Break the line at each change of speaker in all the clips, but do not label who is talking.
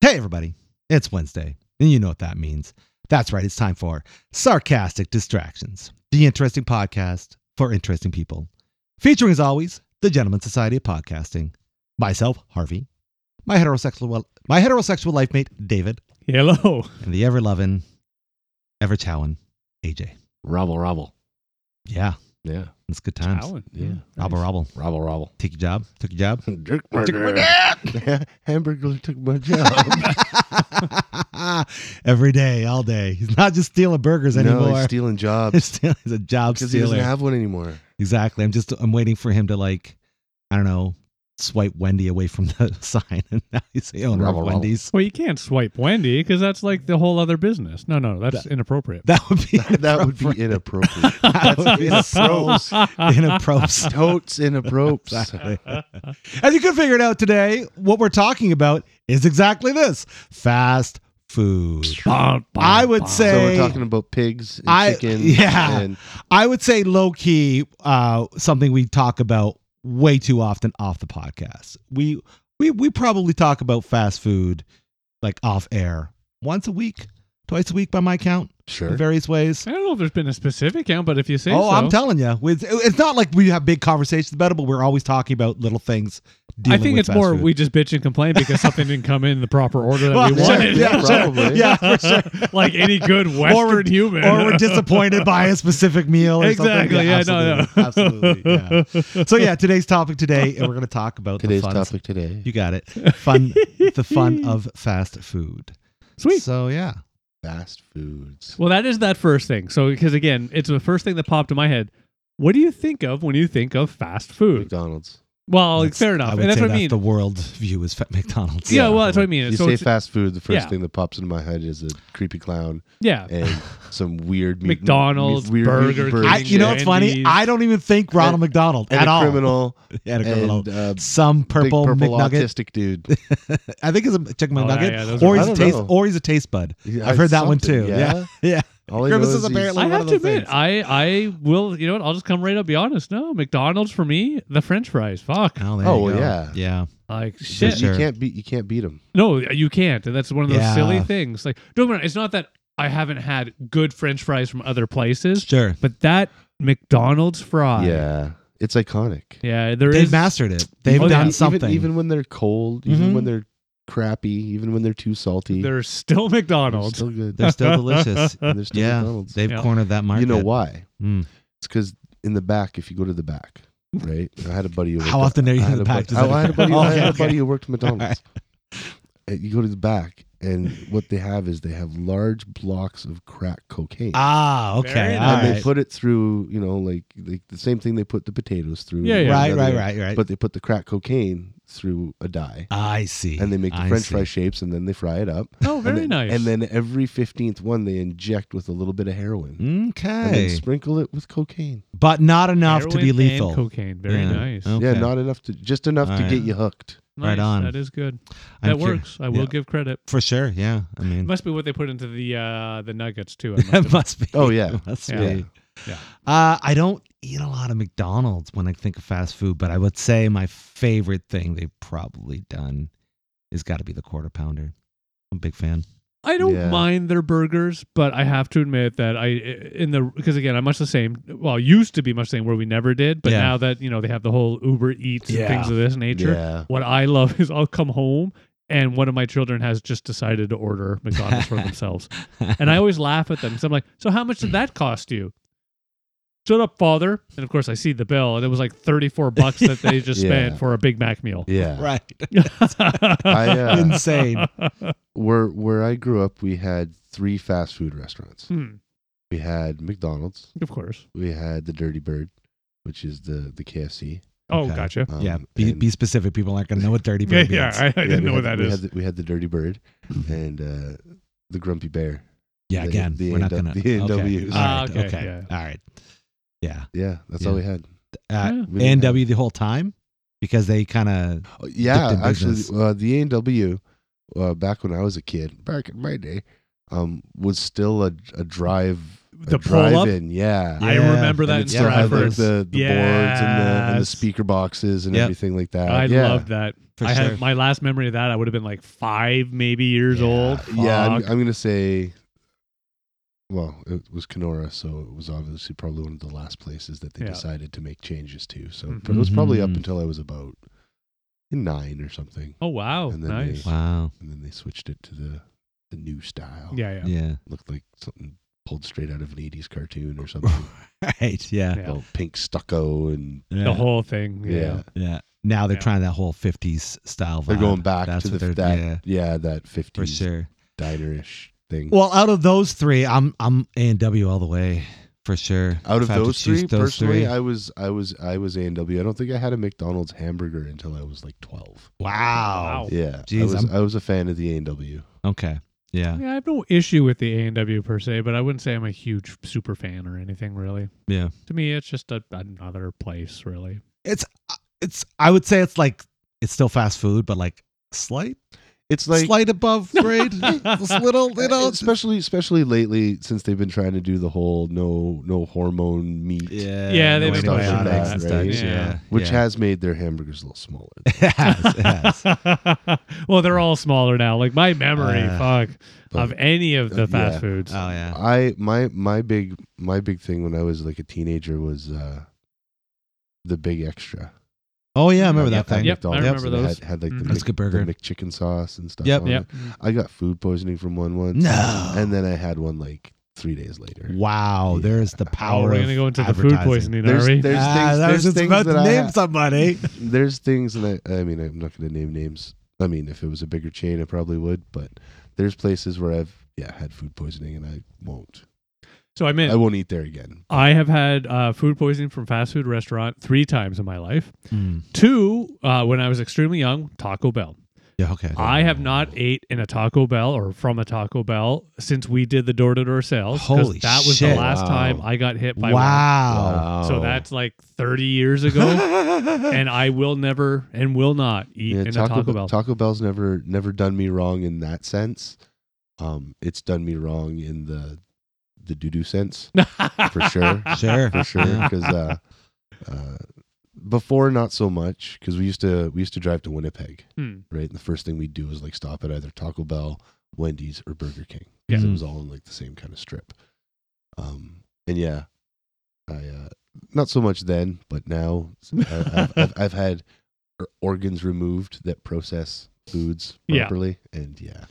Hey, everybody, it's Wednesday, and you know what that means. That's right, it's time for Sarcastic Distractions, the interesting podcast for interesting people. Featuring, as always, the Gentleman Society of Podcasting, myself, Harvey, my heterosexual, my heterosexual life mate, David,
Hello.
and the ever loving, ever chowing, AJ.
Robble, robble.
Yeah,
Yeah.
it's good times.
Alan.
Yeah.
Robble, robble.
Robble, robble.
Take your job. Took your job.
Dirk
Took my
Hamburger took my job.
Every day, all day. He's not just stealing burgers
no,
anymore.
he's stealing
He's
jobs
still- he's a job
because he doesn't
stealer.
have one anymore.
exactly. I'm just I'm waiting for him to like, I don't know, swipe Wendy away from the sign, and now he's the owner
Rubble,
of
rubble.
Wendy's.
Well, you can't swipe Wendy because that's like the whole other business. No, no, that's inappropriate.
That would be
That would be
inappropriate.
inappropriate.
That would be
That's
so inappropriate.
Totes inappropriate.
Exactly. As you can figure it out today, what we're talking about is exactly this: fast food.
Bum, bum,
I would
bum.
say-
So
Hey.
we're talking about pigs and
I-
chicken.
yeah.
And
I would say low key, uh, something we talk about way too often off the podcast. We we we probably talk about fast food like off air once a week, twice a week by my count, in
sure.
various ways.
I don't know if there's been a specific count, but if you say
Oh,
so.
I'm telling you, it's, it's not like we have big conversations about it, but we're always talking about little things.
I
dealing
think
with
it's
fast
more
food.
we just bitch and complain because something didn't come in the proper order that
Well,
we
sure,
wanted.
yeah, sure.
probably.
yeah, for sure.
like any good Western
we're-
human.
or we're disappointed by a specific meal. Or
exactly.
Something.
Yeah, no, no.
absolutely, Absolutely. Yeah. So yeah, today's topic today, and we're going to talk about
Today's
the fun
topic today.
You got it. Fun, the fun of fast food.
Sweet.
So yeah,
Fast foods.
Well, that is that first thing. So, because again, it's the first thing that popped in my head. What do you think of when you think of fast food?
McDonald's.
Well,
That's-
fair enough.
I would
and that's
say
what I mean.
that's the world view is fa- McDonald's.
yeah, well, that's what I mean.
You
so
say
it's-
fast food, the first
yeah.
thing that pops into my head is a creepy clown
yeah,
and some weird mutant-
McDonald's,
weird mutant
Burger
bird
I,
King,
you know what's funny?
Wendy's.
I don't even think Ronald
And-
McDonald
and
at
a
all.
criminal
Yeah, a criminal.
and uh,
Some purple,
big purple
McNugget.
autistic dude.
I think it's a chicken
Oh, yeah,
McNugget,
yeah, those
or
are-
he's
I
a
don't
taste,
know.
or he's a taste bud. I've heard that one too.
Something,
Yeah, yeah.
All I
Grimace
know
is
he's-
apparently-
I
one
have
of
to
those
admit,
things.
I I will. You know what? I'll just come right out. Be honest. No, McDonald's for me, the French fries. Fuck.
there
Oh,
you
well,
go.
yeah.
yeah.
Like shit.
But
Sure.
You can't beat you can't beat him.
No, you can't. And that's one of those
Yeah.
silly things. Like, don't get me wrong, It's not that I haven't had good French fries from other places,
Sure,
but that McDonald's fry.
Yeah, it's iconic.
Yeah. There
they've
is-
mastered it. They've
Oh, yeah.
done
Even-
something.
Even, when they're cold, even
Mhm.
when they're crappy, even when they're too salty,
There's still
they're
McDonald's.
still good.
They're still delicious.
And they're still
Yeah.
McDonald's.
They've
Yeah.
cornered that market.
You know why?
Mm.
It's because in the back, if you go to the back, right? I had a buddy. Who
How
worked
often
at-
are you
I
in
had
the
a
back?
bu-
Does
I
it-
had a buddy. I
Okay,
had a
okay.
buddy who worked at McDonald's. And you go to the back, and what they have is they have large blocks of crack cocaine.
Ah, okay.
Very
all
nice.
and they
right.
put it through, you know, like, like the same thing they put the potatoes through.
Yeah, yeah.
right,
Another-
right, right, right.
But they put the crack cocaine through a die,
I see.
and they make the
I
French
see.
fry shapes, and then they fry it up.
Oh, very
and then,
nice.
And then every fifteenth one, they inject with a little bit of heroin, and then
Okay.
sprinkle it with cocaine.
But not enough to
Heroin
be
and
lethal.
cocaine. Very
Yeah.
nice.
Oh,
Yeah,
Okay.
not enough to just enough
All
to
right.
get you hooked.
Nice,
right on.
That is good.
I'm
that
cur-
works. I will
yeah.
give credit.
For sure. Yeah. I mean,
Must be what they put into the uh, the nuggets too. I must
that
have-
must be.
Oh, yeah.
it Must
Yeah.
be.
Yeah.
Uh, I don't eat a lot of McDonald's when I think of fast food, but I would say my favorite thing they've probably done is got to be the quarter pounder. I'm a big fan.
I don't
Yeah.
mind their burgers, but I have to admit that I in the because again I'm much the same. Well, used to be much the same where we never did, but
Yeah.
now that you know they have the whole Uber Eats
Yeah.
and things of this nature.
Yeah.
What I love is I'll come home and one of my children has just decided to order McDonald's for themselves, and I always laugh at them. So I'm like, so how much did that cost you? Shut up, father! And of course, I see the bill, and it was like 34 bucks that they just
Yeah.
spent for a Big Mac meal.
Yeah.
right.
I, uh,
Insane.
where where I grew up, we had three fast food restaurants.
Hmm,
We had McDonald's.
of course.
We had the Dirty Bird, which is the the KFC.
Oh,
Okay.
gotcha.
Um,
yeah. Be,
and-
be specific. People aren't going to know what dirty bird
yeah,
means.
yeah. I, I
yeah,
didn't
we
know what
had-
that
we
is. Mm-hmm.
Had the, we had the Dirty Bird and uh, the Grumpy Bear.
Yeah,
The-
again,
the
we're not
NW
gonna.
the
okay.
NWs.
All right,
Ah, okay,
okay.
yeah.
All right. Yeah.
Yeah, that's
Yeah.
all we had.
Uh,
Yeah.
We didn't have-
A&W the whole time because they kind of
Oh, Yeah,
dipped in
actually,
business.
uh, the A and W uh, back when I was a kid, back in my day, um, was still a, a drive,
The
a
pull-up?
drive-in. Yeah,
Yeah.
I remember
And
that
it
in
still had
Stratford.
like the, the boards and the, and the
Yes.
speaker boxes and
Yep.
everything like that.
I
yeah.
love that.
for
I
sure.
have my last memory of that. I would have been like five, maybe years
Yeah.
old.
Yeah, I'm,
Fuck.
I'm gonna say. Well, it was Kenora, so it was obviously probably one of the last places that they
Yeah.
decided to make changes to. So
Mhm.
it was probably up
Mhm.
until I was about nine or something,
oh wow,
And then
nice.
they-
wow.
and then they switched it to the the new style.
Yeah, yeah,
Yeah.
looked like something pulled straight out of an '80s cartoon or something.
right. Yeah.
Yeah.
All pink stucco, and
Yeah.
The whole thing.
yeah,
Yeah.
Yeah. Now they're
Yeah.
trying that whole 50s style vibe.
they're going back
That's
to
what
the
they're-
that
yeah.
yeah, that
For
'50s
sure.
dinerish thing.
Well, out of those three, I'm I'm A and W all the way for sure.
out of
If I have to
those
choose
three, personally, I was I was I was A and W. I don't think I had a McDonald's hamburger until I was like twelve.
wow.
Wow.
Yeah,
Jeez,
I was
I'm-
I was a fan of the A and W.
Okay. Yeah.
Yeah, I have no issue with the A and W per se, but I wouldn't say I'm a huge super fan or anything really.
Yeah.
To me, it's just a, another place really.
It's it's I would say it's like it's still fast food, but like slight
It's like uh,
slight above grade. It's little, you know.
especially especially lately since they've been trying to do the whole no no hormone meat,
Yeah.
Yeah, they've
been
antibiotics
pushing that,
and
right?
stuff, Yeah.
which
yeah.
has made their hamburgers a little smaller.
it has, it has.
well, they're all smaller now. Like my memory,
Uh,
fuck,
but-
of any of the
uh,
fast
yeah.
foods.
Oh yeah.
I my my big my big thing when I was like a teenager was uh the big extra.
Oh yeah, I remember that
At
thing. Mm-hmm.
Yep, I
McDonald's.
remember
And it
those.
Had, had like
Mhm.
the,
That's a
Mc,
good burger.
the McChicken sauce and stuff.
Yep.
on it.
Yep.
I got food poisoning from one once.
No.
And then I had one like three days later.
Wow,
Yeah.
there's the
Oh,
power.
we're
of
gonna go into the food
advertising.
poisoning,
There's-
are we?
there's-
Ah,
things-
I was
there's
just
things
about to
that I
name
ha-
somebody.
There's things that I mean, I'm not going to name names. I mean, if it was a bigger chain, I probably would. But there's places where I've yeah had food poisoning, and I won't.
so I meant
I won't eat there again.
I have had uh, food poisoning from fast food restaurant three times in my life.
Hmm.
Hmm.
Two, uh, when I was extremely young, Taco Bell.
Yeah, okay.
I have not ate in a Taco Bell or from a Taco Bell since we did the door to door sales. 'cause
Holy
That was the
shit.
last
Wow.
time I got hit by
Wow.
one. So that's like 30 years ago. and I will never and will not eat
Yeah,
in
Taco,
a Taco
Bell-
Bell.
Taco Bell's never never done me wrong in that sense. Um, it's done me wrong in the the doo doo sense for sure.
sure.
for sure because uh, uh, before not so much because we used to we used to drive to Winnipeg
Hmm.
right and the first thing we'd do is like stop at either Taco Bell Wendy's or Burger King 'cause it
Yeah.
was all in like the same kind of strip um and yeah I uh not so much then but now I, I've, I've, I've had or- organs removed that process foods
Yeah.
properly and yeah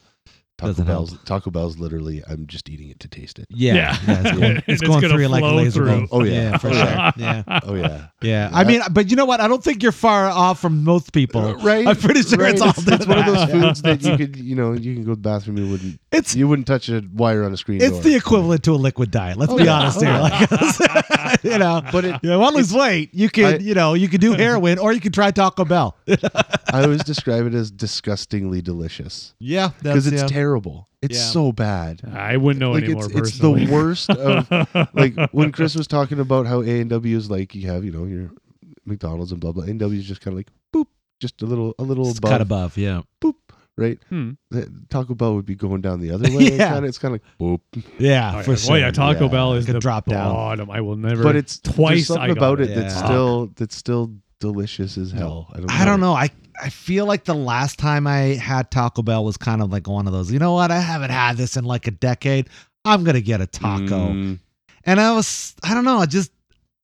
Taco
Doesn't help.
Bell's Taco Bell's literally I'm just eating it to taste it
Yeah,
Yeah.
yeah. it's going,
And
it's
it's
going
gonna
through you like a
flow
laser beam.
through.
Oh, yeah.
yeah, for
Oh,
sure.
yeah.
Yeah,
oh yeah
yeah. I mean, but you know what? I don't think you're far off from most people.
Uh, right
I'm pretty sure it's all
It's, it's one of those
that.
foods that you could, you know, you can go to the bathroom. You wouldn't,
It's
you wouldn't touch a wire on a screen.
it's
door.
the equivalent to a liquid diet. Let's
Oh,
be
yeah.
honest here.
Oh,
Like, you know,
But it,
you want to lose weight? You
I-
could, you know, you could do heroin or you could try Taco Bell.
I always describe it as disgustingly delicious
Yeah,
because
that's
it's
yeah.
terrible. It's
Yeah.
so bad.
I wouldn't know
like
anymore
it's, it's the
personally.
worst of. Like when Chris was talking about how A and W is like you have, you know, your McDonald's and blah blah. A and W is just kind of like boop, just a little, a little
It's cut
above,
above. Yeah,
boop, right?
Hmm.
The- Taco Bell would be going down the other way.
Yeah.
kind of, it's kind of like boop,
yeah,
Oh,
for
yeah.
sure.
Boy, yeah, Taco
Yeah.
Bell is
Could
the
drop down.
bottom. I will never.
but it's there's
twice
something
I got
about
it.
it, that's
Yeah.
still that's still delicious as hell. I don't.
I don't know. I I feel like the last time I had Taco Bell was kind of like one of those. You know what? I haven't had this in like a decade. I'm gonna get a taco,
Mm,
and I was I don't know. It just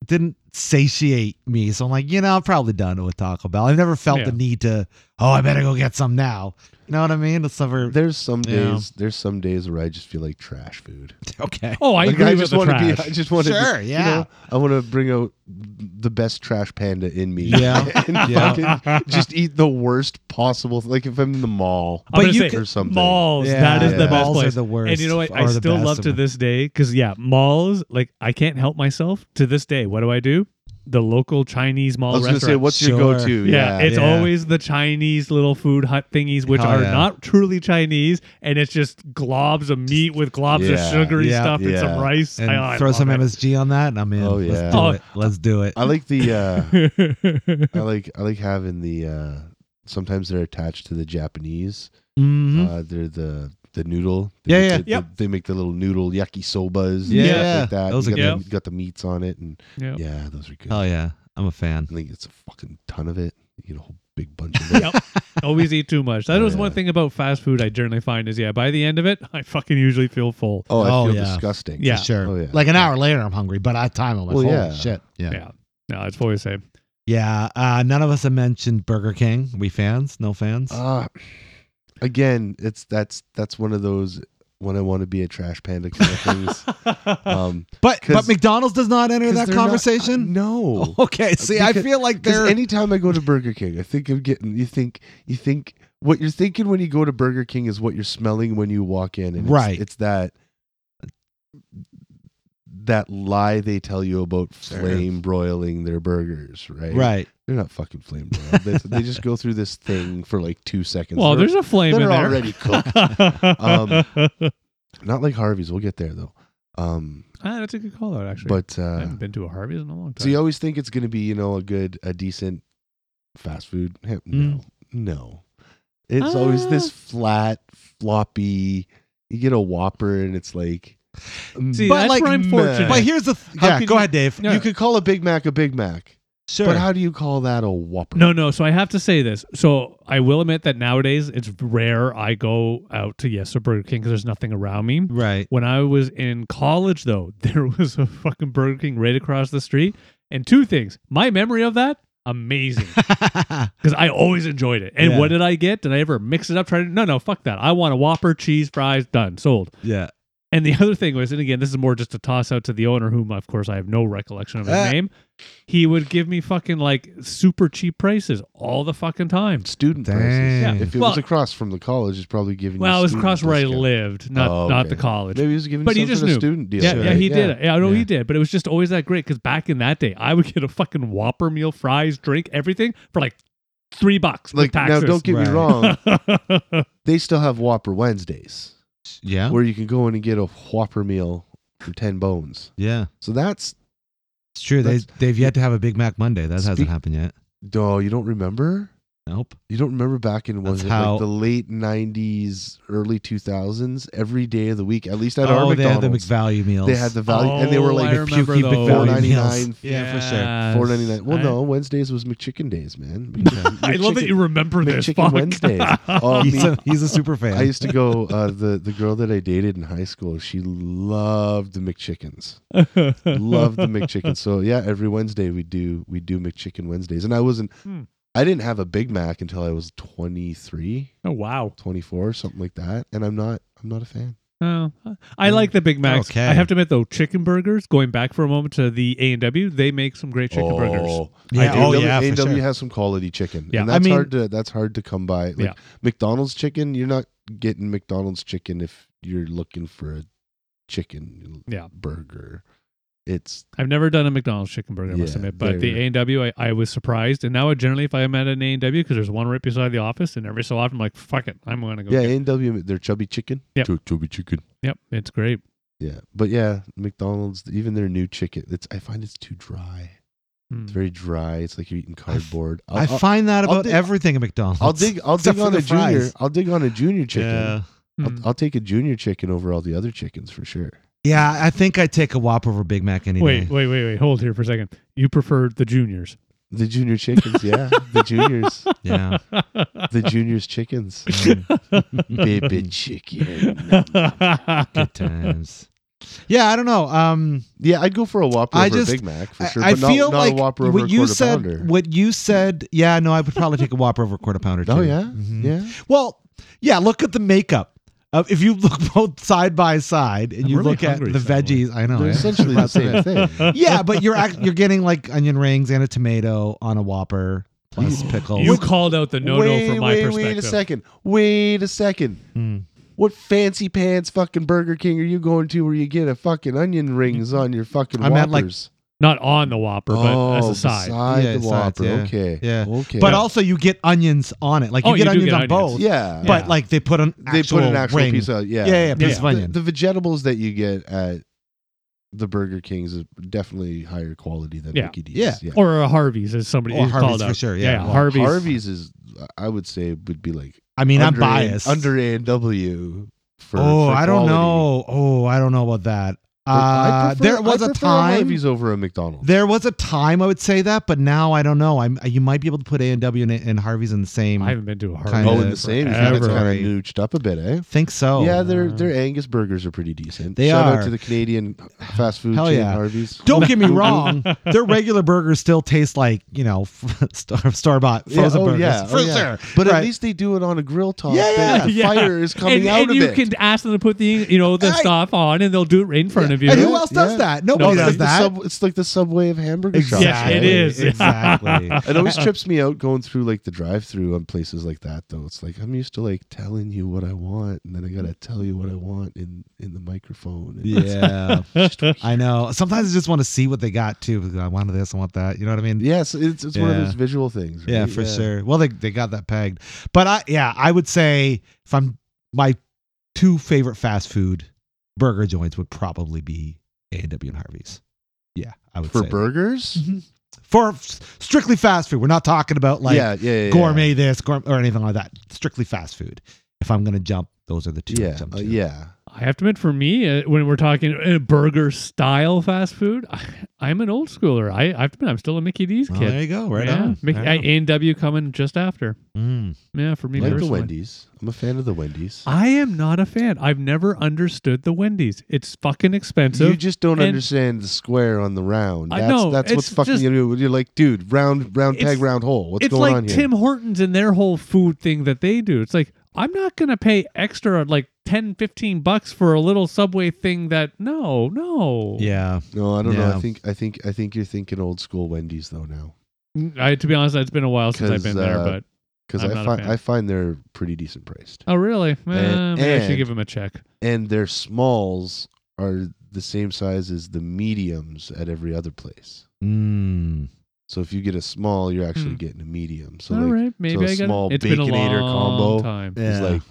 didn't satiate me. So I'm like, you know, I'm probably done with Taco Bell. I've never felt
Yeah.
the need to. Oh, I better go get some now. You know what I mean? It's never
there's some
Yeah.
days. There's some days where I just feel like trash food.
okay.
oh, I
Like,
agree
I
with
just
the
wanna
trash.
be. I just want to.
Sure,
Be,
yeah.
You know, I want to bring out the best trash panda in me.
Yeah.
and
Yeah.
fucking just eat the worst possible. Like if I'm in the mall
I'm
But
gonna
you
say
could-
or something.
malls.
Yeah,
that is
yeah.
the best
Malls are
place.
the worst.
And you know what? I
or the
still
best
love
of
to
them.
this day because yeah, malls. Like I can't help myself to this day. What do I do? The local Chinese
I
mall
was gonna
restaurant.
say, what's your
Sure.
go-to?
yeah, it's
yeah.
always the Chinese little food hut thingies, which
Hell
are
yeah.
not truly Chinese, and it's just globs of meat with globs of
Yeah,
sugary
yeah,
stuff and some
yeah.
rice.
And
I, I
throw
love
some
it.
MSG on that, and I'm in.
Oh, yeah.
Let's do
Oh.
it. Let's do it.
I like the. uh I like. I like having the. uh Sometimes they're attached to the Japanese.
Mm-hmm.
Mhm.
Uh, they're the the noodle.
Yeah,
make
yeah.
the-
Hmm. Yep.
they make the little noodle yakisobas.
Yeah.
and stuff
Yeah.
like that.
Those
you
are
got,
good. Uh,
the, you got the meats on it, and
Yeah.
yeah, those are good.
Hell yeah, I'm a fan.
I think it's a fucking ton of it. You get a whole big bunch of them.
yep. Always eat too much. That
Oh,
was one
yeah.
thing about fast food I generally find is yeah, by the end of it, I fucking usually feel full.
Oh, I
Oh,
feel
yeah.
disgusting.
Yeah.
Sure.
Oh, yeah.
Like an hour later, I'm hungry, but I time I'm like,
Well,
holy
yeah.
shit. Yeah.
Yeah. No, it's always the same.
Yeah. Uh, none of us have mentioned Burger King. We fans? No fans?
Uh, again, it's that's that's one of those when I want to be a trash panda kind of things. Um,
but but
'cause-
McDonald's does not enter
'cause
that
they're not-
conversation?
no.
Okay. See, I
Because-
feel like
Because
they're.
anytime I go to Burger King, I think I'm getting. You think you think what you're thinking when you go to Burger King is what you're smelling when you walk in, and it's-
Right.
It's, that that lie they tell you about
Sure.
flame broiling their burgers, right?
right.
They're not fucking flame broiled. they, they just go through this thing for like two seconds.
well,
They're
there's a flame
they're
in there.
already cooked. Um, not like Harvey's. We'll get there though. Um,
Ah, that's a good call out actually.
but
I
uh,
haven't been to a Harvey's in a long time.
So you always think it's going to be, you know, a good, a decent fast food. Heh, No,
Hmm.
Mm.
no. It's always this
Ah.
flat, floppy. You get a Whopper, and it's like, mm,
See,
But,
that's
like,
where I'm
meh.
fortunate.
But here's the. Th-
How
yeah,
could
go
you-
ahead, Dave.
Yeah.
you could call a Big Mac a Big Mac,
Sure.
but how do you call that a Whopper?
No, no. So I have to say this. So I will admit that nowadays it's rare I go out to Yes or Burger King because there's nothing around me.
right.
When I was in college, though, there was a fucking Burger King right across the street. And two things my memory of that, amazing. Because I always enjoyed it. And
Yeah.
what did I get? Did I ever mix it up? Try to, no, no, fuck that. I want a Whopper, cheese, fries, done, sold.
yeah.
And the other thing was, and again, this is more just a toss out to the owner, whom of course I have no recollection of his
Ah.
name. He would give me fucking like super cheap prices all the fucking time.
Student
Dang.
prices.
Yeah.
If it
Well-
was across from the college, it's probably giving.
Well,
you
it was
student
across where I
discount.
lived, not
Oh,
not
okay.
the college.
Maybe he was giving
But he
some
just
sort of
knew.
student deal.
yeah,
Sure.
yeah, he did. it. Yeah, I know
Yeah.
he did, but it was just always that great because back in that day, I would get a fucking Whopper meal, fries, drink, everything for like three bucks. with
Like now,
taxes.
don't get
Right.
me wrong. They still have Whopper
Oh.
Wednesdays.
Yeah.
where you can go in and get a Whopper meal for ten bones.
Yeah.
So that's
It's true. They,
That's-
they've yet to have a Big Mac Monday. That hasn't
Speak-
happened yet.
no, you don't remember.
Nope.
You don't remember back in was
That's
it
how-
like the late '90s, early 2000s? Every day of the week, at least at
oh,
our
they had the
McDonald's,
McValue meals.
they had the value, and they were
Oh, I
like
remember
pukey Big
those.
Value
$4.99.
meals. Yeah, for sure.
Yes.
four ninety nine. Well,
I-
no, Wednesdays was McChicken days, man.
I love that you remember this.
McChicken
fuck.
Wednesdays. Oh,
He's
me,
a, he's a super fan.
I used to go. Uh, the the girl that I dated in high school, she loved the McChickens. Loved the McChicken. So yeah, every Wednesday we do we do McChicken Wednesdays. And I wasn't
Hmm.
I didn't have a Big Mac until I was 23,
Oh wow.
24, something like that. And I'm not I'm not a fan.
Oh, I like the Big Macs.
Okay.
I have to admit though, chicken burgers. Going back for a moment to the A and W, they make some great chicken burgers.
yeah.
I
Oh,
A&W,
yeah. For sure.
has some quality chicken.
Yeah.
And
I
that's
mean-
hard to that's hard to come by. Like
Yeah.
McDonald's chicken, you're not getting McDonald's chicken if you're looking for a chicken
Yeah.
burger. It's
I've never done a McDonald's chicken burger, I must
Yeah,
admit, but the
they're-
A and W, I, I was surprised. And now, I generally, if I'm at an A and W, because there's one right beside the office, and every so often, I'm like, fuck it, I'm gonna go.
yeah,
get it.
A&W they're chubby chicken.
Yep.
Chub- Chubby chicken.
yep, it's great.
Yeah, but yeah, McDonald's even their new chicken. It's I find it's too dry.
Mm.
It's very dry. It's like you're eating cardboard. I'll,
I
I'll-
find that
I'll
about
dig-
everything at McDonald's.
I'll dig. I'll
Except
dig
for
on
the
a junior.
fries.
I'll dig on a junior chicken.
Yeah. Hmm.
Mm.
I'll, I'll take a junior chicken over all the other chickens for sure.
Yeah, I think I'd take a Whopper over Big Mac any
Wait,
day.
wait, wait, wait. Hold here for a second. You preferred the juniors.
The junior chickens, yeah. The juniors,
Yeah. mm,
the juniors chickens, baby chicken.
Good times. Yeah, I don't know. Um,
Yeah, I'd go for a Whopper
I
over
just-
a Big Mac for
I-
sure.
I,
but not,
feel
not
like
a Whopper over
what
a
you
quarter
said.
pounder.
What you said. Yeah, no, I would probably take a Whopper over a quarter pounder. Too.
oh yeah,
Mhm.
yeah.
Well, yeah. Look at the makeup. Uh, if you look both side by side and
I'm
you
really
look at
hungry
the
suddenly.
veggies, I know.
They're
eh?
essentially the same thing.
yeah, but you're act- you're getting like onion rings and a tomato on a Whopper plus pickles.
Mm. You called out the no no
wait,
from my
wait,
perspective.
wait a second. Wait a second.
Mm.
What fancy pants fucking Burger King are you going to where you get a fucking onion rings on your fucking
I'm at, like,
Whoppers? Oh,
Not on the Whopper, but as a side.
beside
Yeah,
the
sides,
Whopper.
yeah.
Okay.
Yeah.
Okay.
But also, you get onions on it. Like you
Oh,
get
you do
onions
get
on
onions.
both.
yeah.
But
Yeah.
like they put an
they
actual
put an actual
ring.
piece of yeah.
yeah, yeah, piece
Yeah.
of
The-
onion.
The, the vegetables that you get at the Burger King's is definitely higher quality than
Yeah.
Mickey D's.
Yeah.
Or a Harvey's, as somebody
Or
is
Harvey's
called
for
out.
sure, yeah. Well,
Harvey's.
Harvey's is I would say would be like
I mean, I'm
under
biased.
A, under A and W for
oh,
for
I don't
quality.
know. Oh, I don't know about that. Uh, there was
a
a time.
Arby's over a McDonald's.
There was a time I would say that, but now I don't know. I'm you might be able to put A and W and, and Harvey's in the same.
I haven't been to a Harvey.
Kinda
oh, in the same. You think it's
forever.
kind
Right.
of nooched up a bit, eh?
think so.
yeah, their
wow.
their Angus burgers are pretty decent.
They
Shout
are.
out to the Canadian fast food
Hell
chain
yeah.
Harvey's.
Don't get me wrong. Their regular burgers still taste like you know star star bought
Yeah,
frozen
oh,
burgers
yeah,
for
oh, yeah.
sure.
But
Right.
at least they do it on a grill top.
Yeah,
that
yeah.
The
Yeah.
fire is coming
and,
out
and
a
you
bit.
can ask them to put the you know the
Hey.
stuff on, and they'll do it right in front of you.
And who else does
Yeah.
that? Nobody
No,
does
it's, like the
that.
sub- it's like the subway of hamburger shops.
Yes,
exactly.
it
right?
is.
Exactly.
It always trips me out going through like the drive-through on places like that. Though it's like I'm used to like telling you what I want, and then I gotta tell you what I want in in the microphone. And
yeah. I know. Sometimes I just want to see what they got too. Because I wanted this, I want that. You know what I mean?
Yes, it's it's one of
Yeah.
those visual things. Right?
Yeah, for sure. Well, they they got that pegged. But I yeah, I would say if I'm my two favorite fast food burger joints would probably be A and W and Harvey's. Yeah, I would
For
say
burgers,
Mhm. for f- strictly fast food. We're not talking about like
yeah, yeah, yeah,
gourmet this gourmet, or anything like that. Strictly fast food. If I'm gonna jump, those are the two. I
Yeah,
jump
uh,
to.
yeah.
I have to admit, for me, uh, when we're talking uh, burger style fast food, I, I'm an old schooler. I, I have to admit, I'm still a Mickey D's
Well,
kid.
there you go. Right
yeah,
on.
Mickey,
Right on.
A and W coming just after.
Mm.
Yeah, for me
like the
personally.
Wendy's. I'm a fan of the Wendy's.
I am not a fan. I've never understood the Wendy's. It's fucking expensive.
you just don't
and-
understand the square on the round.
I
That's,
know,
that's what's
it's
fucking
just-
you. You're like, dude, round, round
It's-
peg, round hole. What's
it's
going
like
on here?
Tim Hortons and their whole food thing that they do. It's like I'm not going to pay extra like 10 15 bucks for a little Subway thing that no, no.
Yeah.
No, I don't know.
Yeah.
I think, I think, I think you're thinking old school Wendy's though now,
I, to be honest, it's been a while since I've
'Cause,
been there,
uh,
but
because
I'm
I
not a
find
fan.
I find they're pretty decent priced,
Oh, really? Eh, maybe I should
and-
give him a check.
and their smalls are the same size as the mediums at every other place.
Mm.
So if you get a small, you're actually
Hmm.
getting a medium. So
All
like,
right, maybe
a
I got
small
It's been a
Baconator
long
combo.
time.
it's
Yeah.
like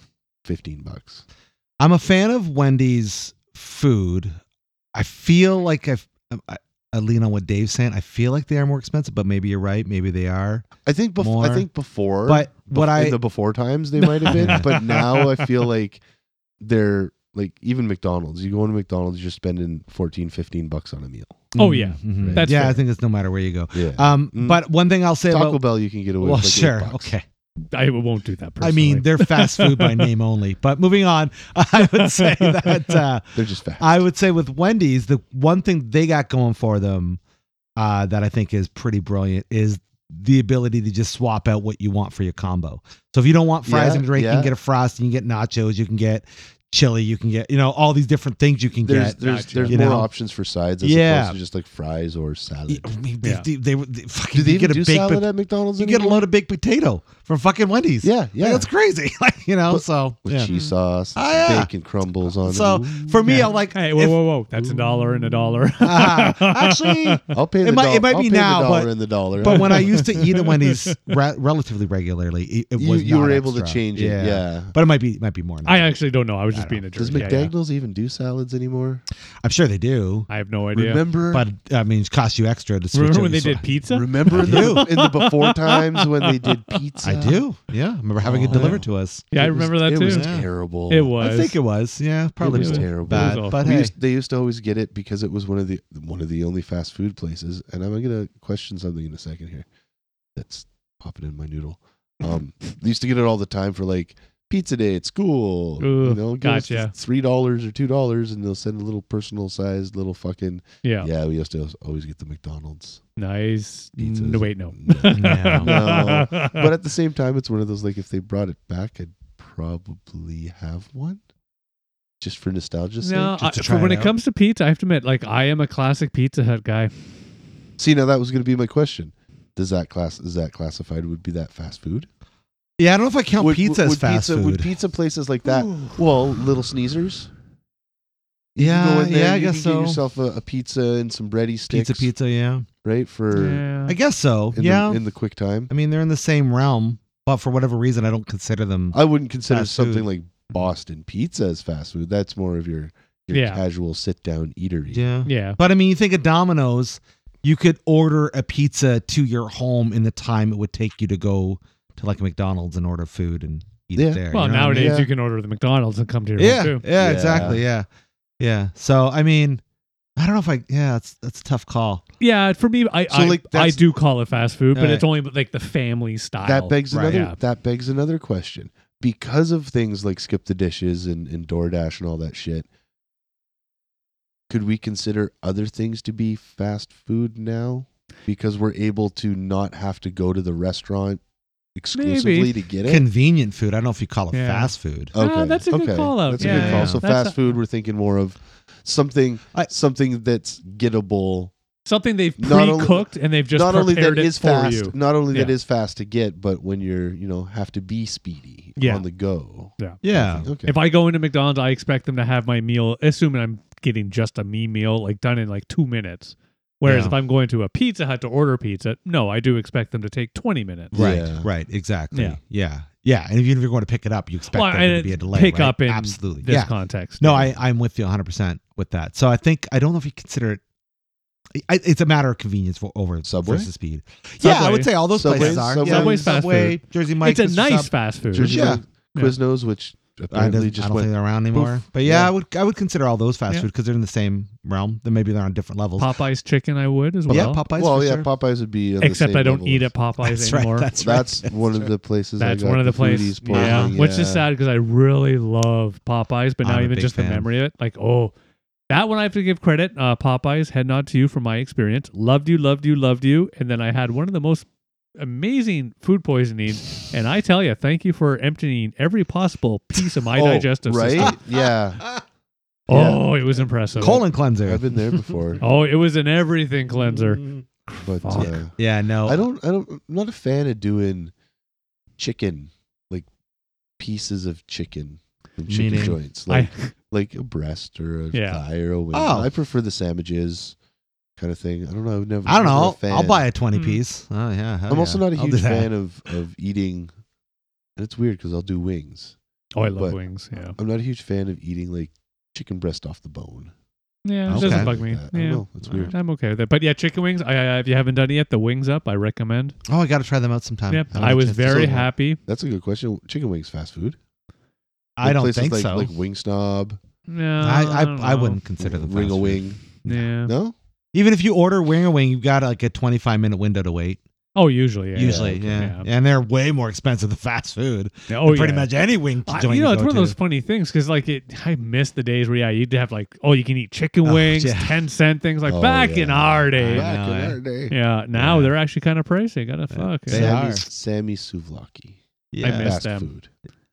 fifteen bucks.
I'm a fan of Wendy's food. I feel like I've, um, I, I lean on what Dave's saying. I feel like they are more expensive, but maybe you're right. Maybe they are.
I think before.
More.
I think before.
But
bef-
what I
in the before times they might have been, but now I feel like they're like even McDonald's. You go into McDonald's, you're spending 14, 15 bucks on a meal.
Oh, yeah.
Mhm.
Right.
That's
yeah. I
fair.
think it's no matter where you go.
Yeah.
Um,
Mm.
but one thing I'll say
Taco
about
Bell, you can get away.
well,
with like eight
sure,
bucks.
okay.
I won't do that personally.
I mean, they're fast food by name only. But moving on, I would say that uh,
They're just fast.
I would say with Wendy's, the one thing they got going for them uh, that I think is pretty brilliant is the ability to just swap out what you want for your combo. So if you don't want fries
Yeah,
and drink, you
yeah.
can get a frost, you can get nachos, you can get chili, you can get you know all these different things you can
there's
get.
there's
Gotcha.
there's
You
more
know?
options for sides as
Yeah.
opposed to just like fries or salad.
I mean, they,
Yeah.
they, they, they, fucking,
Do they
you
even
get a
do
baked
salad
pot-
at McDonald's?
you get a
anymore?
load of baked potato from fucking Wendy's.
Yeah,
Like,
yeah.
that's crazy. like you know,
But-
so
with
yeah.
cheese sauce,
Ah, yeah.
bacon crumbles on. it.
So
Ooh.
for me,
Yeah.
I'm like,
hey, whoa,
if-
whoa, whoa. That's a dollar and a dollar.
Ah, actually,
I'll pay the
might-
doll-
it might
I'll
be
pay the
now,
dollar
but-
and the dollar.
but when I used to eat at Wendy's re- relatively regularly, it, it
you,
was
you
not
were able to
extra.
change it. Yeah.
but it might be it might be more. Now.
I actually don't know. I was
I
just
don't
being a jerk.
Does
Yeah, yeah.
McDaniel's even do salads anymore?
I'm sure they do,
I have no idea.
Remember,
but I mean, it costs you extra to switch.
Remember
out
when they
your
did
sauce.
pizza?
remember in
I
the, in the before times when they did pizza.
I do. Yeah, I remember having it
Oh.
delivered to us.
yeah, I
It was-
remember that
it
too.
was
Yeah.
terrible.
It was.
I think it was. Yeah, probably
was
was
terrible.
bad.
It was
but
We
hey,
used, they used to always get it because it was one of the one of the only fast food places. And I'm gonna question something in a second here. That's popping in my noodle. Um, they used to get it all the time for like pizza day at school.
Ooh,
you know, give us
gotcha.
Three dollars or two dollars, and they'll send a little personal sized little fucking.
yeah.
Yeah. we used to always get the McDonald's.
Nice.
Pizzas.
No, wait, no.
No.
No.
but at the same time, it's one of those like if they brought it back, I'd probably have one, just for nostalgia's sake.
no,
just
I,
to
for
try it
when it
out.
comes to pizza, I have to admit, like I am a classic Pizza Hut guy.
See, now that was going to be my question. Does that class is that classified? Would be that fast food?
yeah, I don't know if I count
would,
pizza
would-
as
would
fast
pizza, Would
food.
pizza places like that? Well, little sneezers. You can
Yeah,
go in there,
yeah, I
you
guess
can
so.
Get yourself a, a pizza and some bready sticks,
Pizza, pizza. Yeah,
right? For
yeah.
I guess so.
in,
yeah,
the, in the quick time.
I mean they're in the same realm, but for whatever reason, I don't consider them.
I wouldn't consider
Fast
something
food.
like Boston pizza as fast food. That's more of your your
Yeah.
casual sit down eatery.
yeah,
yeah.
But I mean, you think of Domino's, you could order a pizza to your home in the time it would take you to go to like a McDonald's and order food and eat
Yeah.
it there.
Well,
you know what I mean?
nowadays
Yeah.
you can order the McDonald's and come to your
yeah,
home too.
yeah,
Yeah.
exactly, yeah, yeah. So I mean, I don't know if I. Yeah, that's that's a tough call.
Yeah, for me, I
So,
I,
like,
I
that's-
do call it fast food, but
Alright.
it's only like the family style.
That begs
Right,
another.
yeah.
That begs another question. Because of things like skip the dishes and and DoorDash and all that shit, could we consider other things to be fast food now? Because we're able to not have to go to the restaurant exclusively to get it. Uh,
Convenient food. I don't know if you call it
Yeah.
fast food.
Ah, that's a good call out.
That's a
Yeah,
good
yeah,
call.
yeah.
So
That's
fast
a-
food, we're thinking more of something
I-
something that's gettable.
Something they've
Not only-
pre-cooked and they've just
not only
prepared
that
it
is
for
fast,
you.
not only that
Yeah.
is fast to get, but when you're you know have to be speedy
Yeah.
on the go.
Yeah.
Okay.
If I go into McDonald's, I expect them to have my meal, assuming I'm getting just a me meal, like done in like two minutes. Whereas
Yeah.
if I'm going to a Pizza Hut to order pizza, no, I do expect them to take 20 minutes.
Right.
Yeah.
Right. Exactly. Yeah.
Yeah.
Yeah. And even if you're going to pick it up, you expect
Well,
there
and
to be a delay.
pick
right?
up in
absolutely.
This
yeah.
context.
No, I, I'm with you 100% with that. So I think, I don't know if you consider it, I, it's a matter of convenience for, over
Subway?
versus speed. Yeah, I
Subway.
would say all those
Subway-
places are.
Subway-
yeah,
Subway's fast
Subway, Jersey Mike's.
it's
Mr.
a nice
Sub-
fast food.
Jersey
Yeah.
Mike
Yeah.
Quiznos, which
I,
apparently
don't- I
just
don't think
went.
they're around anymore. But yeah,
Yeah.
I would I would consider all those fast
Yeah.
food because they're in the same realm. Then maybe they're on different levels.
Popeye's chicken, I would as
But
well.
yeah, Popeyes.
well,
for
yeah,
sure.
Popeyes would be. on the
Except
same
I don't
level
eat
as-
at Popeyes
That's right.
anymore.
That's right.
That's one of the places. I
That's
got
one of the places.
foodies polling,
Yeah. Which is sad because I really love Popeyes, but now
I'm a
even
big
just
fan.
the memory of it, like, oh, that one I have to give credit. Uh, Popeyes, head nod to you for my experience. Loved you, loved you, loved you. And then I had one of the most amazing food poisoning. And I tell you, thank you for emptying every possible piece of my
Oh,
digestive
right?
system.
yeah,
Oh, it was impressive.
Colon cleanser.
I've been there before,
Oh, it was an everything cleanser.
but
Fuck.
uh,
Yeah, no.
I don't. I don't. I'm not a fan of doing chicken, like pieces of chicken, from chicken
Meaning?
joints,
I,
like like a breast or a
Yeah.
thigh or a wing.
Oh.
I prefer the sandwiches kind of thing. I don't know. I've never.
I don't
never a
know.
fan.
I'll buy a 20
Mm.
piece. Oh, yeah. hell
I'm also
yeah.
not a
I'll do
huge
that.
fan of of eating. And it's weird because I'll do wings.
oh, I love
But-
wings. Yeah.
I'm not a huge fan of eating like chicken breast off the bone.
Yeah, it
Okay.
doesn't bug me.
Like that. I don't
Yeah.
know. It's weird.
I'm okay with it. But yeah, chicken wings. I, I, if you haven't done it yet, the wings up. I recommend.
Oh, I got to try them out sometime.
yep.
haven't
I
had a
was
chance to-
very
So-
happy.
That's a good question. Chicken wings, fast food.
I
Like
don't
places
think
like,
so.
Like Wing Snob,
No,
I,
don't
I, I
know.
wouldn't consider them
Ring
fast
a
food.
Wing.
Yeah.
No,
Even if you order wing or wing, you've got like a 25 minute window to wait.
Oh, usually. Yeah.
usually,
okay,
yeah. And they're way more expensive than fast food.
Yeah, Oh,
Pretty
yeah.
much any wing
I-
joint.
you know, it's
go
one of
to.
those funny things because, like, it. I miss the days where yeah, you'd have like, oh, you can eat chicken
Oh,
wings,
yeah.
ten cent things like
Oh,
back in
yeah.
our day.
Yeah.
back
know, eh?
in our day.
Yeah. Now
Yeah.
they're actually kind of pricey. Gotta
Yeah.
fuck.
They
Yeah.
are.
Sammy's, Sammy Suvlaki.
yeah.
I miss
fast
them.
food.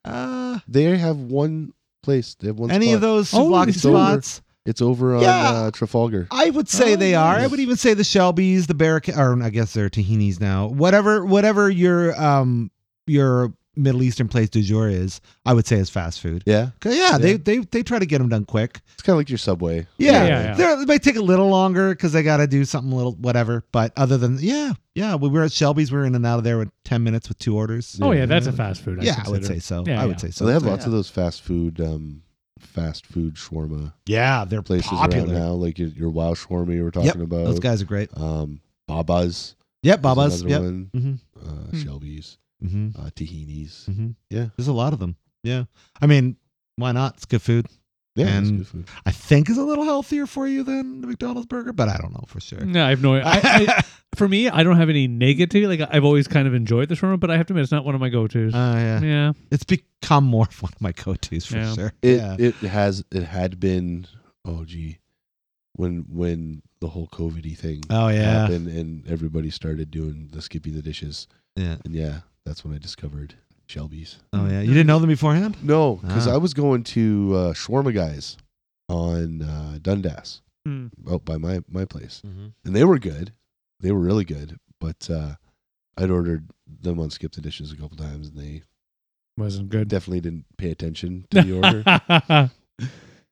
Uh,
They have one place. They have one.
any
spot.
of those
Oh,
blocking
it's over.
spots?
It's over on
Yeah.
uh, Trafalgar.
I would say
Oh,
they are. I
nice.
would even say the Shelby's, the Barrack, or I guess they're Tahinis now. Whatever, whatever your um your Middle Eastern place du jour is, I would say is fast food.
Yeah,
'Cause, Yeah, they
Yeah.
they they try to get them done quick.
it's kind of like your Subway.
Yeah,
Yeah, yeah.
They're- they might take a little longer because they got to do something little whatever. But other than yeah, yeah, we were at Shelby's. We were in and out of there with ten minutes with two orders.
Oh yeah, that's a
Yeah.
fast food. I
yeah, I would say
consider.
so.
Yeah,
I would
yeah.
say so.
So they have lots of those fast food, um, fast food shawarma
yeah, they're
places around
popular.
now, like your, your Wow shawarma you were talking about.
Those guys are great.
Um, Baba's. is
Yep, Baba's.
another
Yep.
one.
Mhm.
Uh,
Hmm.
Shelby's.
hmm
Uh, Tahini's.
Mhm.
Yeah.
There's a lot of them. Yeah. I mean, why not? It's good food.
Yeah, that's
And-
good food.
I think is a little healthier for you than the McDonald's burger, but I don't know for sure.
No, I have no. I, Mm, I, for me, I don't have any negative. Like I've always kind of enjoyed the shawarma, but I have to admit it's not one of my go tos.
Uh, yeah.
yeah,
It's become more of one of my go-tos for
Yeah.
sure.
It
yeah.
it has it had been oh gee, when when the whole COVID thing
oh yeah.
happened and everybody started doing the skipping the dishes
Yeah.
and yeah, that's when I discovered Shelby's.
Oh yeah. You didn't know them beforehand?
No, because
Ah.
I was going to uh, Shawarma Guys on uh, Dundas
Hmm.
out by my my place,
Mm-hmm.
and they were good. They were really good, but uh, I'd ordered them on Skip the Dishes a couple times, and they
wasn't good.
definitely didn't pay attention to the order.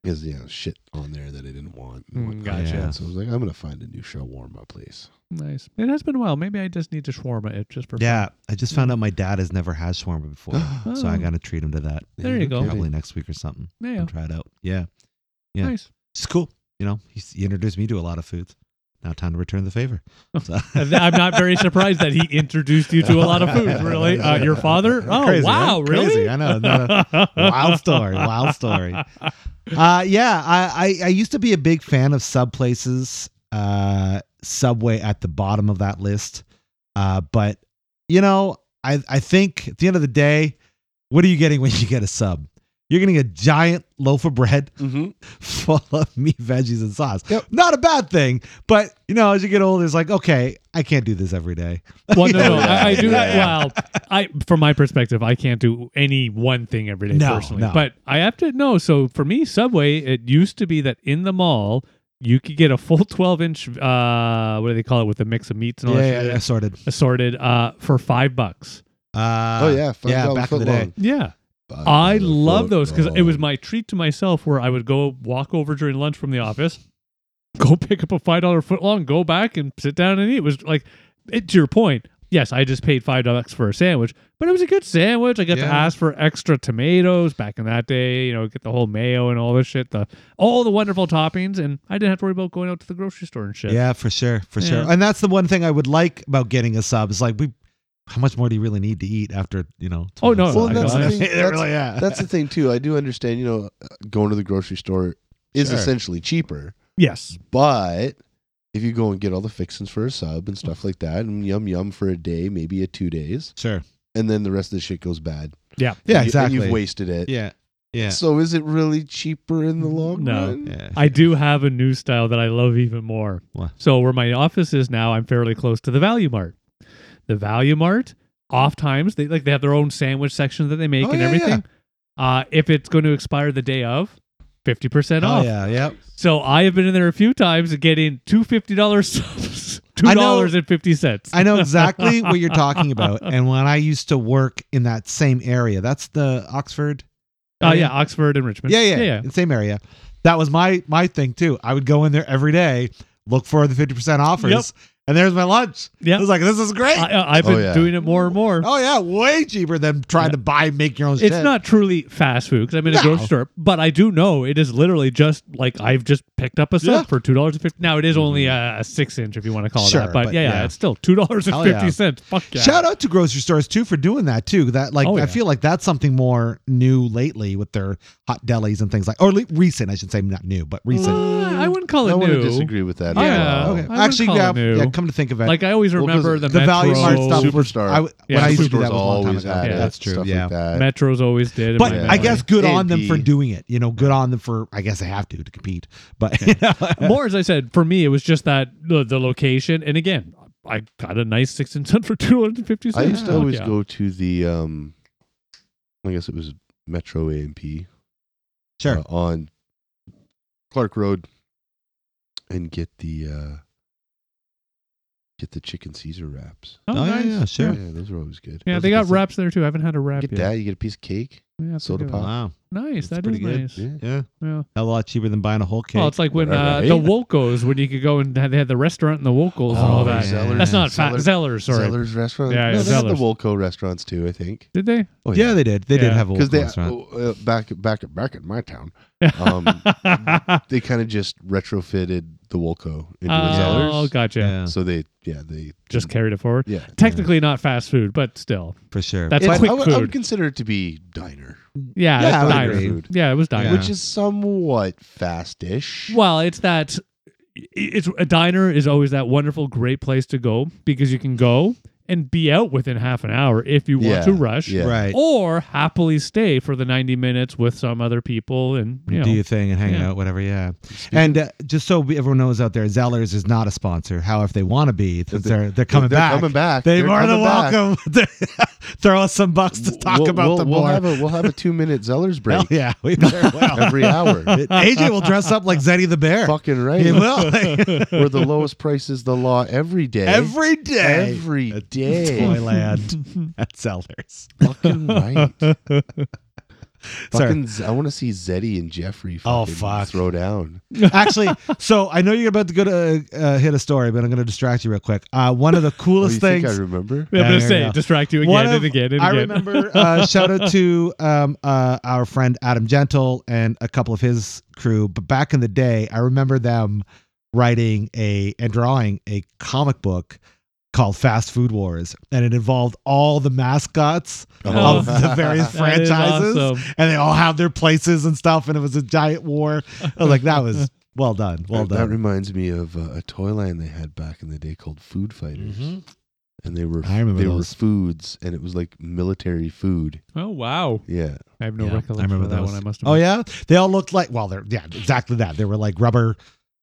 Because you know shit on there that I didn't want. and
Mm,
whatnot.
gotcha.
Yeah.
So I was like, I'm gonna find a new shawarma place.
nice. It has been a while. Maybe I just need to shawarma it just for fun.
Yeah. I just found out my dad has never had shawarma before, so I
Oh.
got to treat him to that.
There you go.
Probably next week or something.
Yeah,
And try it out. Yeah.
yeah.
yeah.
Nice.
It's cool. You know, he's, he introduced me to a lot of foods. Now time to return the favor. So-
And I'm not very surprised that he introduced you to a lot of food. Really, uh, your father? Oh
Crazy,
wow,
huh?
really?
Crazy, I know. No, no. Wild story, wild story. Uh, yeah, I, I, I used to be a big fan of sub places. Uh, Subway at the bottom of that list. Uh, but you know, I I think at the end of the day, what are you getting when you get a sub? You're getting a giant loaf of bread
Mm-hmm.
full of meat, veggies, and sauce.
Yep.
Not a bad thing, but you know, as you get older, it's like, okay, I can't do this every day.
Well, no, no,
Yeah,
I, I do.
yeah.
Well, I from my perspective, I can't do any one thing every day
No,
personally.
no.
But I have to know. So for me, Subway, it used to be that in the mall you could get a full twelve inch. Uh, what do they call it with a mix of meats and all
Yeah,
that
yeah,
shit
yeah, assorted.
assorted uh, for five bucks.
Uh,
oh yeah, five
yeah,
dollar
back in the day.
footlong.
Yeah,
Five
I
dollar
love those because it was
footlong.
my treat to myself where I would go walk over during lunch from the office, go pick up a five dollar footlong, go back and sit down and eat. It was like, it, to your point, yes, I just paid five dollars for a sandwich, but it was a good sandwich. I got to
Yeah.
ask for extra tomatoes back in that day. You know, get the whole mayo and all this shit, the all the wonderful toppings, and I didn't have to worry about going out to the grocery store and shit.
Yeah, for sure, for sure.
Yeah.
And that's the one thing I would like about getting a sub is like we, how much more do you really need to eat after you know?
Oh,
12?
no, no, Well, I that's the
thing. That's-
really, yeah.
That's the thing too. I do understand. You know, uh, going to the grocery store is
Sure.
essentially cheaper,
Yes.
but if you go and get all the fixings for a sub and stuff like that, and yum yum for a day, maybe a two days,
sure.
and then the rest of the shit goes bad.
Yeah,
Yeah.
And you- and
exactly.
you've wasted it.
Yeah, yeah,
So is it really cheaper in the long
No.
run?
yeah.
I do have a new style that I love even more.
What?
So where my office is now, I'm fairly close to the Value Mart. The Value Mart, oft times they like they have their own sandwich section that they make
Oh,
and
yeah,
everything. Uh, if it's going to expire the day of, fifty percent
Oh
off.
yeah, yeah.
So I have been in there a few times getting two fifty dollars subs, two dollars and fifty cents.
I know exactly what you're talking about. And when I used to work in that same area, that's the Oxford.
Oh yeah, Oxford and Richmond.
Yeah, yeah, in the same area. That was my my thing too. I would go in there every day, look for the fifty percent offers,
Yep.
and there's my lunch.
yeah.
I was like, this is great.
I, I- I've
Oh,
been
yeah.
doing it more and more.
oh yeah, way cheaper than trying
Yeah.
to buy make your own.
It's
shit.
not truly fast food because I'm in a
No.
grocery store, but I do know it is literally just like I've just picked up a sub
Yeah. Mm-hmm.
for two dollars and fifty. Now it is only a, a six inch if you want to call it
Sure,
that, but,
but
yeah, yeah,
yeah.
it's still two dollars and
Hell yeah.
fifty cents. Fuck yeah!
Shout out to grocery stores too for doing that too. That like
Oh, yeah.
I feel like that's something more new lately with their hot delis and things like, or le- recent I should say, not new but
Uh,
recent.
I wouldn't call
I
it
want to
new.
disagree with that. as
Yeah.
well.
okay,
I would
actually,
call
yeah,
it new.
yeah. Come to think of it,
Like I always
Well, 'cause
remember the,
the value
Metro,
mart stuff.
Super- Superstar.
I, would-
Yeah,
when I used to do
Superstores
that was a long time
always
ago.
had
Yeah.
it,
That's true.
stuff
yeah.
Like that.
Metros always did. in
but
my
I
memory.
guess good on them for
A&P.
doing it. You know, good on them for I guess they have to to compete. But you know,
more as I said, for me it was just that the, the location, and again, I got a nice six and ten for two dollars and fifty
I
cents.
used to always go to the um I guess it was Metro A and P
sure,
uh, on Clark Road and get the uh get the chicken Caesar wraps.
Oh,
Oh, yeah,
nice.
yeah, sure.
Yeah, those were always good.
Yeah,
Those
they
are
got
decent.
wraps there too. I haven't had a wrap
You get
yet.
that, you get a piece of cake.
Yeah, that's
soda
good.
pop.
wow,
Nice.
That's
That is
pretty good.
nice.
Yeah.
yeah,
Yeah.
a lot cheaper than buying a whole cake.
Well, it's like when uh,
Right.
the Wolkos, when you could go and they had the restaurant and the Wolkos and all
Oh,
that.
yeah.
That's not fat.
Zeller-
Zellers, sorry.
Zeller's restaurant.
Yeah, yeah,
no, they had the
Zeller's.
Wolco restaurants too, I think.
Did they?
Oh
yeah, they did. They did
Yeah.
have a
because they
restaurant.
uh, back back back in my town, um, they kind of just retrofitted the Wolco into a Zeller's.
oh, gotcha.
Yeah,
So they, yeah, they
Just carried it forward.
yeah.
Technically not fast food, but still.
for sure.
That's
It's-
quick
I would- I would
food.
consider it to be diner,
Yeah,
Yeah,
it's
I would
diner.
agree.
Food.
Yeah, it was diner.
Yeah.
which is somewhat fastish.
Well, it's that it's a diner is always that wonderful great place to go because you can go and be out within half an hour if you want
Yeah,
to rush.
yeah.
right.
Or happily stay for the 90 minutes with some other people and you know,
do your thing and hang
yeah.
out, whatever. Yeah. and uh, just so we- everyone knows out there, Zellers is not a sponsor. However, if they want to be, since
They're-
they're they're coming
They're
back,
coming back.
They
They're
more than
coming back.
welcome. to Throw us some bucks to talk
We'll-
about
we'll,
them
we'll
more.
Have a, we'll have a two minute Zeller's break
Hell yeah, we better well.
every hour.
AJ will dress up like Zeddy the Bear.
Fucking
He
right.
will.
Where the lowest price is the law every day.
Every day.
Every
At
day.
Toyland at Zellers.
Fucking right.
Sorry.
Fucking, Z- I want to see Zeddy and Jeffrey.
Oh,
Fucking
fuck.
Throw down.
Actually, so I know you're about to go to uh, hit a story, but I'm going to distract you real quick. Uh, one of the
Oh, you
coolest
think I
things
remember?
I'm
Yeah,
gonna
there you
say
go.
distract you
One
again
of-
and again and again.
I remember uh, shout out to um, uh, our friend Adam Gentle and a couple of his crew. But back in the day, I remember them writing a and drawing a comic book called Fast Food Wars, and it involved all the mascots
Oh.
of the various
That is
franchises,
awesome.
and they all have their places and stuff, and it was a giant war. I was like, that was well done, well
that, that
done.
reminds me of uh, a toy line they had back in the day called Food Fighters,
Mhm.
and they were
I remember
Mm-hmm. they were
those.
foods, and it was like military food.
Oh wow!
Yeah,
I have no
Yeah, I
recollection
remember
of that
those.
one. I must. Have
Oh yeah, they all looked like well, they're yeah, exactly that. They were like rubber.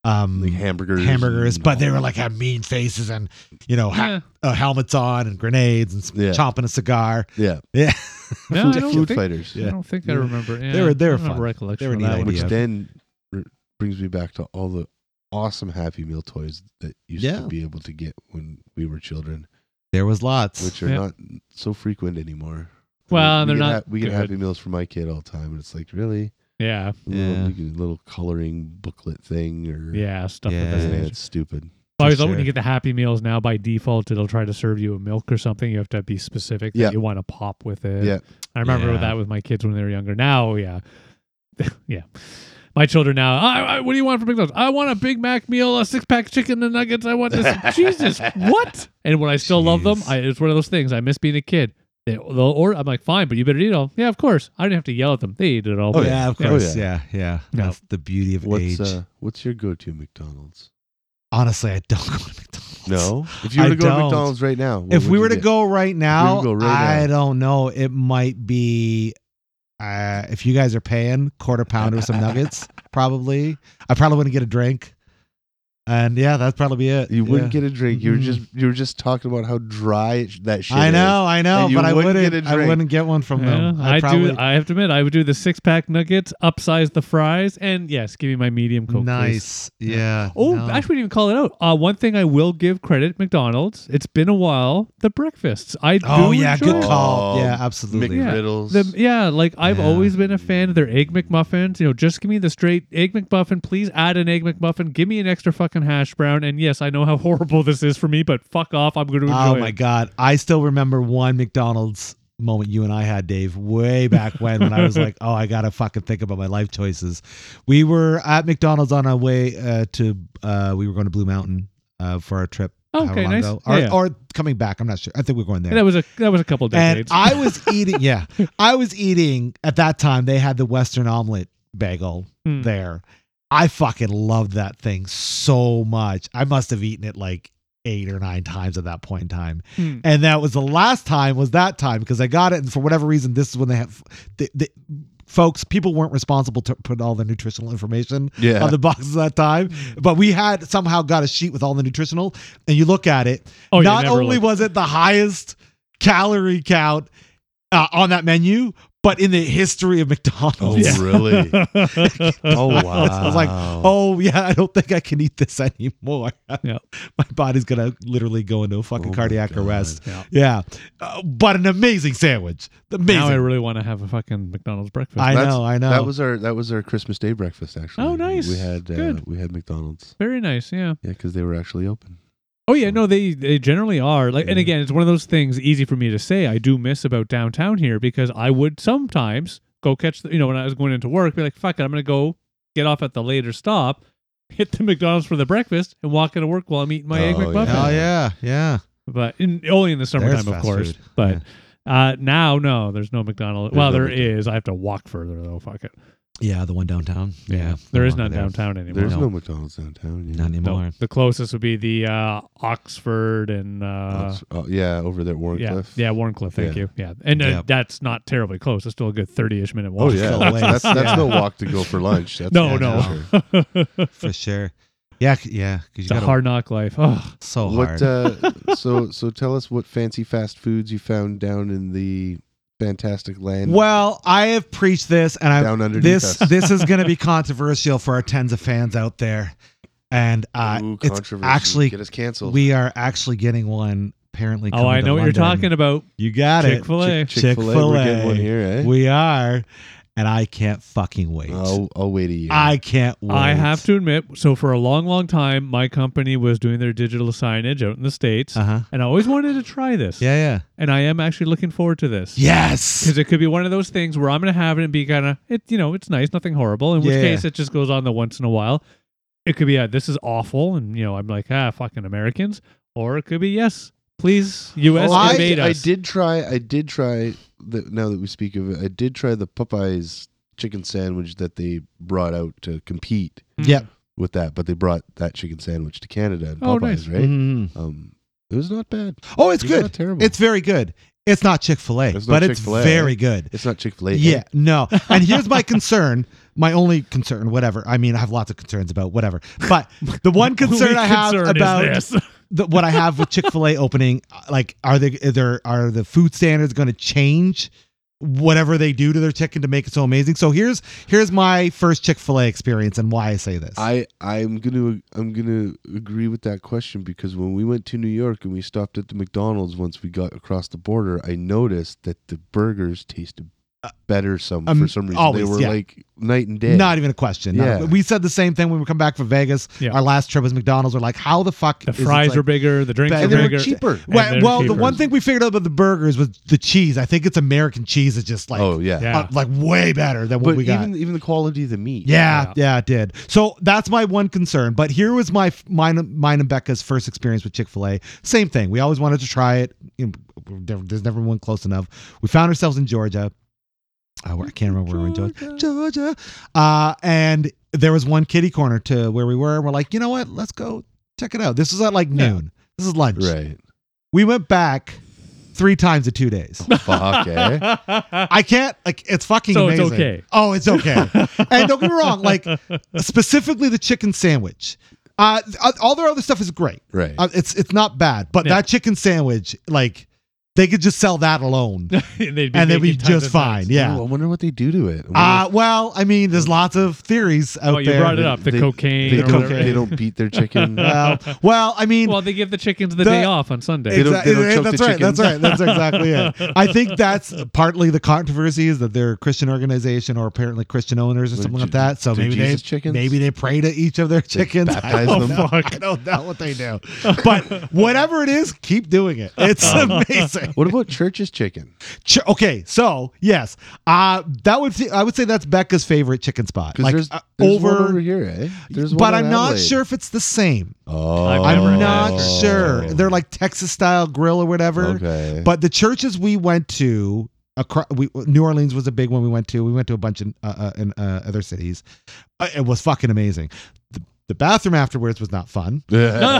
Um,
like hamburgers,
hamburgers,
and-
but they were like had mean faces and you know ha-
Yeah.
uh, helmets on and grenades and s-
Yeah.
chomping a cigar.
yeah,
Yeah,
No, I
food,
don't
food
think-
fighters.
Yeah.
I don't think I remember. Yeah,
They were- they were
I don't have
fun.
Recollection.
They were
of
neat
that one.
which
idea.
then r- brings me back to all the awesome Happy Meal toys that used
Yeah.
to be able to get when we were children,
there was lots.
which are
Yeah.
not so frequent anymore. I mean,
Well,
we
they're
get
not
ha- we get
good.
Happy Meals for my kid all the time, and it's like really
Yeah,
a little,
Yeah.
you get a little coloring booklet thing or
yeah, stuff
Yeah.
yeah.
Yeah,
that nature.
it's stupid.
I always
For
love when you
sure.
get the Happy Meals now by default. It'll try to serve you a milk or something. You have to be specific that
Yeah.
you want to pop with it.
Yeah.
I remember
Yeah.
that with my kids when they were younger. Now, yeah, yeah. My children now. I, I, what do you want for McDonald's? I want a Big Mac meal, a six pack chicken and nuggets. I want this. Jesus, what? And when I still love them,
Jeez.
I, it's one of those things. I miss being a kid. They, they'll order. I'm like, fine, but you better eat it all. Yeah, of course. I didn't have to yell at them. They eat it all.
Oh
But-
yeah, of
Yeah.
course.
Oh,
yeah. yeah,
No.
That's the beauty of
What's
age.
uh, what's your go-to McDonald's?
Honestly, I don't go to McDonald's.
No, if you were
I
to go
don't.
to McDonald's right now, what
If
would
we
you
were to
get?
go right now,
go
I
right now.
don't know. It might be uh, if you guys are paying quarter pound or some nuggets. Probably, I probably wouldn't get a drink. And yeah, that'd probably be it.
you
Yeah.
wouldn't get a drink. You were
Mhm.
just you were just talking about how dry it- that shit.
I
is.
know, I know,
And you
but I
wouldn't
wouldn't.
get a
I
drink.
wouldn't get one from them.
Yeah, I,
probably,
do. I have to admit, I would do the six pack nuggets, upsize the fries, and yes, give me my medium coke. please.
nice. Yeah.
Oh,
no.
actually, we didn't even call it out. Uh, one thing I will give credit McDonald's. It's been a while. The breakfasts. I
Oh
do
yeah,
enjoy
good
it.
call.
Oh,
Yeah, absolutely.
Yeah.
McGriddles.
The, yeah, like I've
Yeah.
always been a fan of their egg McMuffins. You know, just give me the straight egg McMuffin. Please add an egg McMuffin. Give me an extra fucking hash brown. And yes, I know how horrible this is for me, but fuck off. I'm going to
Oh
enjoy
my
it.
god, I still remember one McDonald's moment you and I had, Dave, way back when when I was like, oh, I gotta fucking think about my life choices. We were at McDonald's on our way uh, to. Uh, we were going to Blue Mountain uh, for our trip.
Okay,
however long
nice.
ago.
Yeah,
Or,
yeah.
or coming back. I'm not sure. I think we we're going there.
That was a that was a couple
And
decades.
I was eating, yeah, I was eating at that time. They had the Western omelet bagel
Hmm.
there. I fucking loved that thing so much. I must have eaten it like eight or nine times at that point in time.
Hmm.
And that was the last time was that time because I got it. And for whatever reason, this is when they have the, the folks, people weren't responsible to put all the nutritional information
yeah,
on the boxes that time.
Hmm.
But we had somehow got a sheet with all the nutritional, and you look at it.
Oh, you
not
never
only
looked.
was it the highest calorie count uh, on that menu, but in the history of McDonald's.
oh
Yeah.
really? Oh wow!
I was like, Oh yeah, I don't think I can eat this anymore.
Yeah.
my body's gonna literally go into a
Oh
fucking
my
cardiac
God.
arrest.
Yeah.
Yeah, Uh, but an amazing sandwich. Amazing.
Now I really want to have a fucking McDonald's breakfast.
I
That's-
know. I know.
That was our that was our Christmas Day breakfast actually.
Oh,
We-
nice.
We had uh,
Good.
we had McDonald's.
Very nice. Yeah.
Yeah, because they were actually open.
Oh yeah,
So-
no, they they generally are. Like, and
Yeah.
again, it's one of those things easy for me to say. I do miss about downtown here because I would sometimes go catch the, you know when I was going into work, be like, fuck it, I'm gonna go get off at the later stop, hit the McDonald's for the breakfast, and walk into work while I'm eating my egg
Oh, yeah.
McMuffin.
oh yeah, yeah.
But in, only in the summertime, of
fast
course.
food.
But uh, now, no, there's no McDonald's.
There's
well,
no
there is.
McDonald's.
I have to walk further though. Fuck it.
Yeah, the one downtown. Yeah,
there is
no
none
longer there.
downtown anymore.
There's
No.
no, McDonald's downtown. Yeah.
Not anymore.
No, the closest would be the uh, Oxford and uh,
Ox- oh, yeah, over there at
yeah,
Warncliffe.
yeah, Warncliffe. Thank
Yeah.
you. Yeah, and uh,
Yeah.
that's not terribly close. It's still a good thirty-ish minute
Oh
walk.
yeah,
Still
that's, that's,
waits.
that's
Yeah.
no walk to go for lunch. That's
No,
for
no.
sure.
for sure. Yeah, c- yeah, because you
it's a
got
hard knock life. Oh,
so hard.
What? Uh, so so tell us what fancy fast foods you found down in the fantastic land.
well, I have preached this, and I
down underneath
this
us.
this is going to be controversial for our tens of fans out there, and uh,
Ooh,
it's
controversy.
actually
get us canceled.
we are actually getting one. Apparently,
oh, I know what you're talking about.
about. You got
Chick Fil A.
Chick- Chick-fil-A, We're getting
Chick-fil-A.
one here, Oh,
it.
eh?
We are, and I can't fucking wait.
I'll, I'll wait a year.
I can't wait.
I have to admit. So for a long, long time, my company was doing their digital signage out in the states,
Uh huh.
and I always wanted to try this.
Yeah, yeah.
and I am actually looking forward to this.
Yes.
Because it could be one of those things where I'm going to have it and be kind of, it, you know, it's nice, nothing horrible. In which
Yeah.
case, it just goes on the once in a while. it could be, uh, this is awful. And, you know, I'm like, ah, fucking Americans. Or it could be, yes, please, U.S.
Oh, I,
invade
I
us.
did try. I did try. The, now that we speak of it, I did try the Popeyes chicken sandwich that they brought out to compete
Mm.
Yep.
with that, but they brought that chicken sandwich to Canada and
Oh,
Popeyes,
nice.
right?
Mm.
Um, it was not bad.
Oh, it's
It was
good.
Not terrible.
It's very good. It's not Chick fil A,
It's not
but it's
Chick-fil-A,
very
eh?
good.
it's not Chick Fil A.
Yeah, no. And here's my concern. My only concern, whatever. I mean, I have lots of concerns about whatever. But the one concern
Only
I have
concern is
about
this.
the, what I have with Chick Fil A opening, uh, like, are they are there are the food standards going to change whatever they do to their chicken to make it so amazing? So here's here's my first Chick Fil A experience and why I say this.
I I'm gonna I'm gonna agree with that question because when we went to New York and we stopped at the McDonald's once we got across the border, I noticed that the burgers tasted better some
um,
for some reason.
always,
they were
yeah.
like night and day.
Not even a question. Not-
Yeah.
we said the same thing when we come back from Vegas.
Yeah.
Our last trip was McDonald's. We're like, how the fuck?
The
is it
fries
like-
were bigger. The drinks were
And
and they
bigger.
were cheaper.
and
Well,
they're
well the
cheaper.
one thing we figured out about the burgers was the cheese. I think it's American cheese is just like
oh yeah,
Yeah.
uh, like way better than what
but
we got.
even even the quality of the meat.
yeah, yeah,
Yeah.
it did. So that's my one concern. But here was my mine, mine and Becca's first experience with Chick Fil A. Same thing. We always wanted to try it. You know, there- There's never one close enough. We found ourselves in Georgia. Oh, I can't remember where we were in Georgia. Georgia. Uh, and there was one kitty corner to where we were. And we're like, you know what? Let's go check it out. This was at like
Yeah.
noon. This is lunch.
right.
We went back three times in two days.
Fuck eh?
I can't like it's fucking
So it's
amazing.
okay.
Oh, it's okay. and don't get me wrong, like specifically the chicken sandwich. Uh, all their other stuff is great.
Right.
Uh, it's it's not bad, but
Yeah.
that chicken sandwich, like they could just sell that alone,
and they'd be,
and they'd be
making tons
just
of
fine.
times.
Yeah.
Ooh, I wonder what they do to it. I wonder
Uh, well, I mean, there's lots of theories out
Well, you
there.
brought it up. The
They-
cocaine.
they
or
don't,
whatever.
they don't beat their chicken.
Well, well, I mean,
Well, they give the chickens the,
The-
day off on Sunday.
They don't-
Exactly.
they don't choke
that's
the
right. That's
chickens.
right. That's exactly it. I think that's partly the controversy is that they're a Christian organization or apparently Christian owners or
They're
something
Ju-
like that. So
they're
maybe
Jesus
they
chickens?
maybe they pray to each of their chickens. I
baptize
don't,
them?
know. I don't know what they do, but whatever it is, keep doing it. It's
Oh.
amazing.
What about church's chicken?
Ch- okay, so yes, uh, that would I would say that's Becca's favorite chicken spot.
Because
Like
there's,
uh,
there's one
over.
over here, eh? There's one
but
in
I'm not
Adelaide.
sure if it's the same.
Oh,
I've never
I'm
had
not
church.
sure. They're like Texas style grill or whatever.
okay.
But the churches we went to, across, we, New Orleans was a big one we went to. We went to a bunch in, uh, uh, in uh, other cities. Uh, it was fucking amazing. The, the bathroom afterwards was not fun.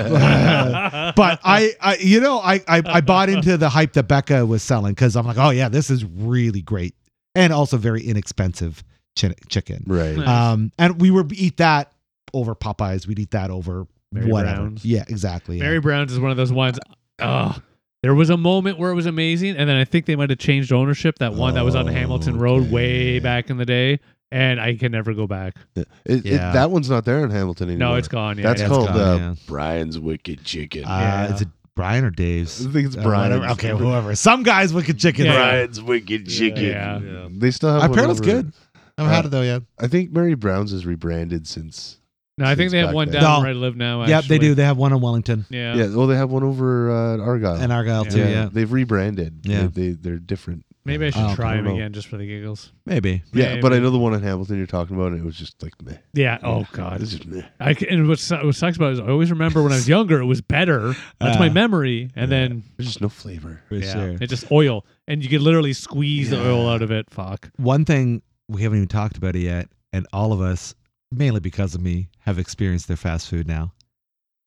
But I, I you know, I, I, I bought into the hype that Becca was selling because I'm like, oh, yeah, this is really great. And also very inexpensive chi- chicken.
right.
Nice.
Um, and we would eat that over Popeyes. We'd eat that over
Mary
whatever.
Brown's.
Yeah, exactly. yeah.
Mary Brown's is one of those ones. Ugh. There was a moment where it was amazing, and then I think they might have changed ownership. That one that was on Hamilton Road way
Okay.
back in the day, and I can never go back.
It- it-
Yeah.
that one's not there in Hamilton anymore.
No, it's gone. Yeah,
That's
yeah.
it's
called
gone,
uh,
yeah.
Brian's Wicked Chicken.
Uh, Is it Brian or Dave's?
I think it's
Uh,
Brian's.
whatever. Okay, whoever. Some guys wicked chicken.
Yeah.
Brian's Wicked Chicken.
Yeah.
They still have.
I
one
apparently it's
over-
good. I've had it though, yeah.
I think Mary Brown's is rebranded since.
No, I think
Since
they have
back
one
then.
down
No.
where I live now.
Yep, they
actually.
do. They have one in Wellington
Yeah.
Yeah. Well, they have one over uh, at Argyle.
and Argyle too. Yeah,
They've rebranded.
Yeah.
They, they they're different.
Maybe I should
Oh,
try
I
them
don't know.
again just for the giggles.
maybe.
Yeah, but I
Maybe.
know the one in Hamilton you're talking about, and it was just like meh.
Yeah. Oh God.
It's just meh.
I c- and what, su- what sucks about it is I always remember when I was younger it was better. That's
Uh,
my
Ah.
memory, and then
There's just no flavor.
For
yeah,
sure.
it's just oil, and you could literally squeeze the oil out of it. Fuck.
One thing we haven't even talked about it yet, and all of us, mainly because of me, have experienced their fast food now.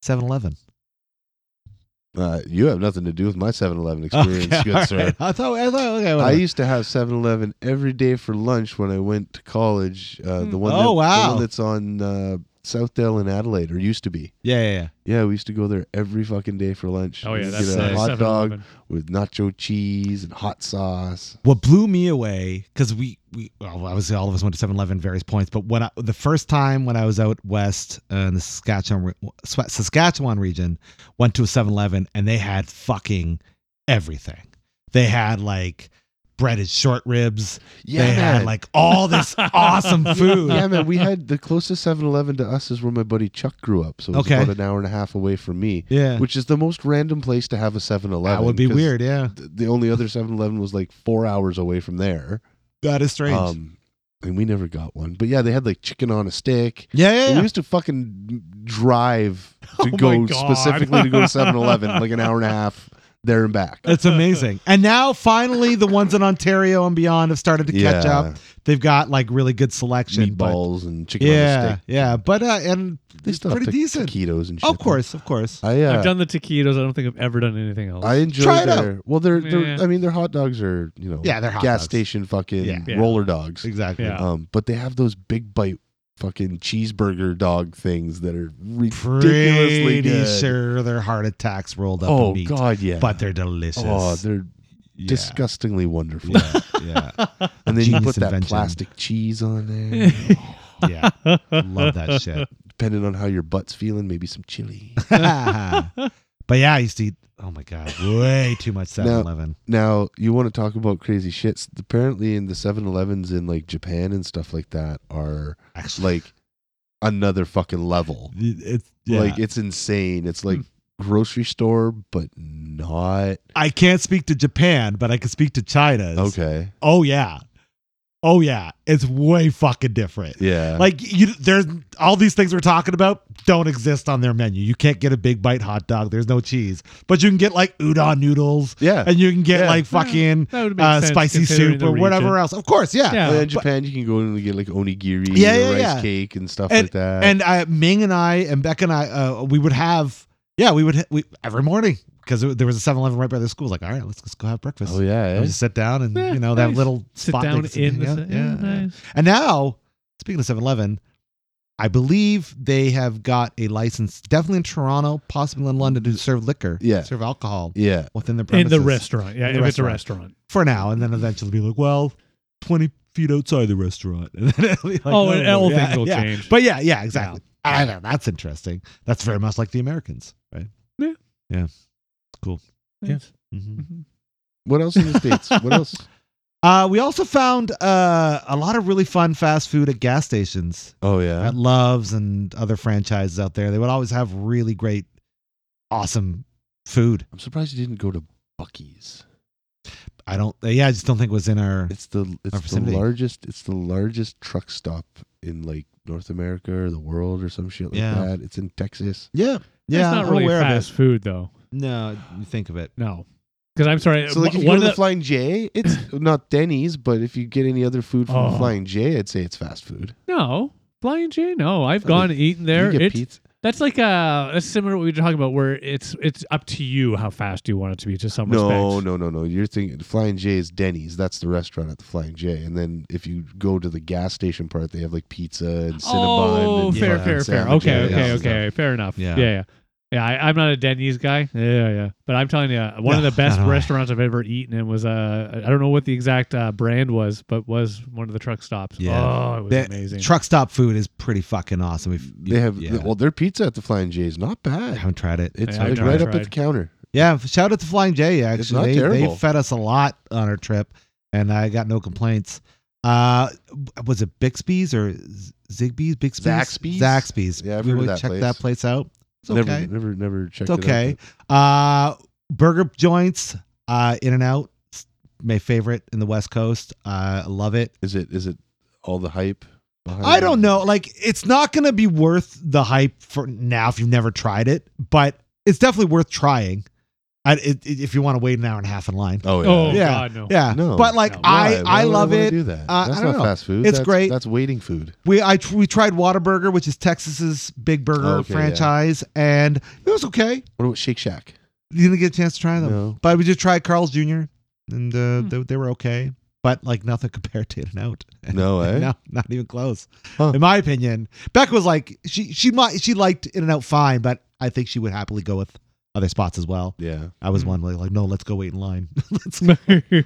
7-Eleven.
Uh, you have nothing to do with my 7-Eleven experience,
Okay,
good
all
sir.
right. I thought, I thought okay,
I
whatever.
used to have 7-Eleven every day for lunch when I went to college. Uh, the one,
Oh,
that, the
wow.
one that's on uh, Southdale in Adelaide, or used to be.
yeah, yeah, yeah.
Yeah, we used to go there every fucking day for lunch.
Oh yeah,
We'd
that's
get
uh,
a hot dog
7-Eleven.
with nacho cheese and hot sauce.
What blew me away because we we well, obviously all of us went to 7-Eleven at various points, but when I, the first time when I was out west uh, in the Saskatchewan re- Swa- Saskatchewan region, went to a 7-Eleven and they had fucking everything. They had like breaded short ribs.
Yeah,
they
man.
had like all this awesome food.
yeah, man. We had the closest 7-Eleven to us is where my buddy Chuck grew up, so it was
Okay.
about an hour and a half away from me,
Yeah,
which is the most random place to have a 7-Eleven.
that would be
'cause
weird. Yeah,
th- The only other 7-Eleven was like four hours away from there.
that is strange.
Um, and we never got one. But yeah, they had like chicken on a stick.
Yeah, yeah,
And
yeah.
We used to fucking drive to
Oh
go
my God.
specifically to go to 7-Eleven, like an hour and a half there and back.
It's amazing. And now finally the ones in Ontario and beyond have started to catch
Yeah.
up. They've got like really good selection. but-
meatballs and chicken on a
yeah,
stick.
yeah, but uh, and
They
it's
still have
pretty
ta-
decent.
taquitos and shit.
Of course, of course.
I uh,
I've done the taquitos. I don't think I've ever done anything else.
I enjoy
Try it
their well, they're, they're
Yeah.
I mean their hot dogs are you know
Yeah, they're hot
gas
dogs.
station fucking
Yeah.
Yeah.
roller dogs.
Exactly.
Yeah.
Um, but they have those big bite fucking cheeseburger dog things that are ridiculously
Pretty
good.
sure their heart attacks rolled up
Oh
in meat,
god, yeah.
but they're delicious.
oh, they're
Yeah.
disgustingly wonderful.
Yeah, yeah,
And then you
Genius
put that
invention.
plastic cheese on there.
yeah. Love that shit.
Depending on how your butt's feeling, maybe some chili.
but yeah, I used to eat. Oh my god, way too much 7-Eleven.
Now, you want to talk about crazy shits. Apparently, in the 7 Elevens in like Japan and stuff like that are
Actually,
like another fucking level.
it's yeah. Hmm.
Like, it's insane. It's like grocery store, but not.
I can't speak to Japan, but I can speak to China.
Okay.
Oh yeah. Oh yeah. It's way fucking different.
Yeah.
Like you there's all these things we're talking about don't exist on their menu. You can't get a big bite hot dog. There's no cheese. But you can get like udon noodles
yeah.
and you can get
Yeah.
like
Yeah.
fucking
that would make
uh,
sense
spicy
considering
soup
the
or whatever
region.
else. Of course, yeah.
Yeah.
Well, in Japan, you can go in and get like onigiri,
Yeah,
and
yeah,
rice
yeah.
cake, and stuff like that.
And I, Ming and I and Beck and I, uh, we would have, yeah, we would ha- we every morning because there was a 7-Eleven right by the school. Like, all right, let's just go have breakfast.
oh yeah,
And
eh?
we just sit down and
Yeah,
you know that
nice.
little
Sit
spot
down
next to-
in the
yeah,
yeah,
yeah.
nice.
And now, speaking of 7-Eleven, I believe they have got a license, definitely in Toronto, possibly in London, to serve liquor,
Yeah.
serve alcohol
yeah.
within their
in
premises
the restaurant. Yeah,
In the
if it's a restaurant.
for now, and then eventually be like, well, twenty feet outside the restaurant. And then it'll be like,
oh, and all
yeah,
things will
yeah.
change.
But yeah, yeah, exactly. I know that's interesting. That's very much like the Americans, right?
Yeah.
yeah, cool.
Yes.
hmm
Mhm.
What else in the states? What else?
Uh, we also found uh, a lot of really fun fast food at gas stations.
Oh yeah,
at Loves and other franchises out there. They would always have really great, awesome food.
I'm surprised you didn't go to Bucky's.
I don't, yeah, I just don't think it was in our.
It's the
Our
it's the
vicinity.
largest it's the largest truck stop in like North America or the world or some shit like
Yeah.
that. It's in Texas.
Yeah, yeah,
That's not
I'm
really
aware
fast
of
food though.
it. No, you think of it.
No, because I'm sorry.
So like if
one
you go to
of
the,
the-
Flying J, it's not Denny's, but if you get any other food from the
Oh.
Flying J, I'd say it's fast food.
no Flying J. No, I've
Oh,
gone and eaten there.
you get
It's
pizza.
that's like uh that's similar to what we were talking about, where it's it's up to you how fast you want it to be to some
No,
respects.
no, no, no. You're thinking Flying J is Denny's. That's the restaurant at the Flying J. And then if you go to the gas station part, they have like pizza and cinnamon
Oh,
and
fair,
fucking
fair, fair.
sandwiches
Okay,
and
okay,
stuff.
okay. Fair enough.
Yeah.
Yeah, yeah. yeah. I, I'm not a Denny's guy. Yeah, yeah. But I'm telling you, one of
No,
the best
not I.
restaurants I've ever eaten in was uh, I don't know what the exact uh, brand was, but was one of the truck stops.
Yeah.
Oh, it was
That-
amazing.
Truck stop food is pretty fucking awesome. If you-
They have
yeah.
well, their pizza at the Flying J is not
I
bad.
haven't tried it.
It's
Yeah, I
like
tried,
right up at
tried.
the counter.
Yeah, shout out to Flying J. Actually,
not
they,
terrible.
they fed us a lot on our trip, and I got no complaints. Uh, was it Bixby's or Z- Zigby's? Bixby's,
Zaxby's?
Zaxby's.
Yeah, I've
we
heard of
would
that
check
place.
that place out. It's
never,
okay.
never, never
It's
checked. it out,
okay. Uh, burger joints, uh, In and Out, my favorite in the West Coast. Uh, I love it.
but Is it is it all the hype? Behind
I don't
it?
know. Like, it's not going to be worth the hype for now if you've never tried it, but it's definitely worth trying. I, it, it- if you want to wait an hour and a half in line.
Oh yeah.
oh
Yeah.
God, no.
Yeah.
No.
but like,
No.
I,
Why? Why
I
would
love
wanna
it.
Do that.
Uh, I
That's
don't
not
know.
fast food.
It's
That's-
great.
That's waiting food.
We I tr- we tried Whataburger, which is Texas's big burger
Okay, yeah.
franchise, and it was okay.
What about Shake Shack?
You didn't get a chance to try them.
No.
But we just tried Carl's Jr. and uh,
Hmm.
they, they were okay, but like nothing compared to In and Out.
No, eh?
no, not even close.
Huh.
In my opinion, Becca was like she she might she liked In and Out fine, but I think she would happily go with other spots as well.
Yeah.
I was
Hmm.
one way like, no, let's go wait in line. let's
yeah.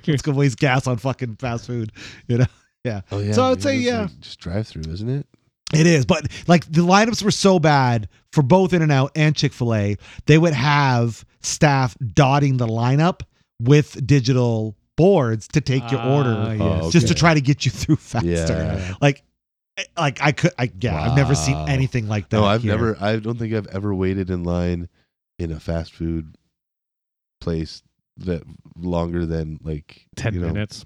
let's go waste gas on fucking fast food. You know.
Oh yeah.
So I would
yeah,
say,
it's
yeah.
like just drive through, isn't it?
It is, but like the lineups were so bad for both In and Out and Chick fil A, they would have staff dotting the lineup with digital boards to take your order
Ah,
Oh,
yes.
just to
okay.
try to get you through faster.
Yeah.
Like, I- like I could, I yeah, I've never seen
Wow.
anything like that.
No, I've
here.
never. I don't think I've ever waited in line in a fast food place that longer than like
Ten
you know,
minutes.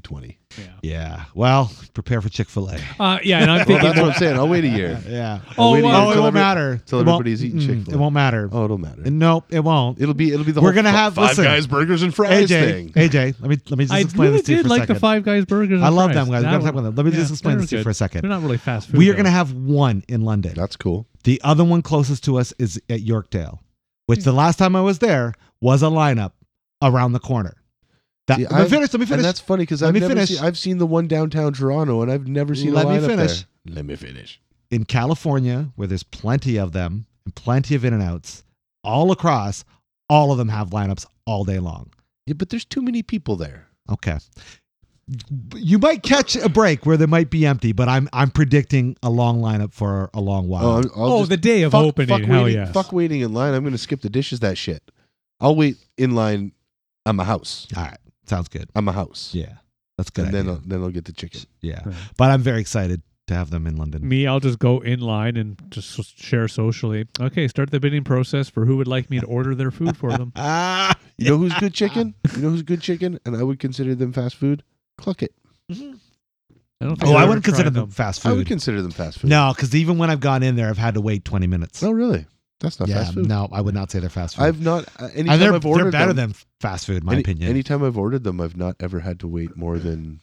20.
Yeah.
Yeah. Well, prepare for Chick fil A.
Uh, yeah, and I'm
Well,
thinking.
that's what I'm saying. I'll wait a year.
Yeah.
Oh,
Oh,
wait,
well, it
till
won't
every-
matter.
till
It won't-
everybody's eating
mm,
Chick-fil-A.
It won't matter.
Oh, it'll matter.
Nope, it won't.
It'll be it'll be the
We're
whole
gonna
fi-
have-
five
listen.
guys burgers and
AJ,
fries thing.
AJ, let me let me just
I
explain
really
this to you
did
for a
like
second.
the Five Guys burgers. and
I love
fries.
them, guys. We
That
gotta
one-
talk about them. Let me
yeah,
just explain
they're
this to you
good.
for a
They're
second.
not really fast food.
We are
though.
gonna have one in London.
That's cool.
The other one closest to us is at Yorkdale, which
Hmm.
the last time I was there was a lineup around the corner. That,
Yeah,
let me
I've-
finish. Let me finish.
And that's funny because
Let
I've
me
never
finish.
seen, I've seen the one downtown Toronto, and I've never seen
Let
a
me
lineup
finish.
there. Let me finish.
in California, where there's plenty of them and plenty of in and outs all across, all of them have lineups all day long.
Yeah, but there's too many people there.
Okay. You might catch a break where they might be empty, but I'm I'm predicting a long lineup for a long while.
Oh, I'm- I'll
Oh,
just-
the day of
fuck,
opening.
Fuck
hell
waiting,
yes.
Fuck waiting in line. I'm going to skip the dishes. That shit. I'll wait in line. I'm a house.
all right, sounds good.
I'm a house.
Yeah, that's good.
and then
idea.
I'll, then I'll get the chicken.
yeah,
Right.
but I'm very excited to have them in London.
Me, I'll just go in line and just s- share socially. Okay, start the bidding process for who would like me to order their food for them.
Ah,
You know who's good chicken? You know who's good chicken? And I would consider them fast food. Cluck it.
I don't think
oh, I
I've ever
wouldn't consider
tried
them fast
I would
food.
consider them fast food.
No, because even when I've gone in there, I've had to wait 20 minutes.
Oh, really? That's not
yeah,
fast food.
no, I would not say they're fast food.
I've not. Uh, anytime
and they're,
I've ordered
they're better
them,
than fast food, in my
any-
opinion.
Anytime I've ordered them, I've not ever had to wait more than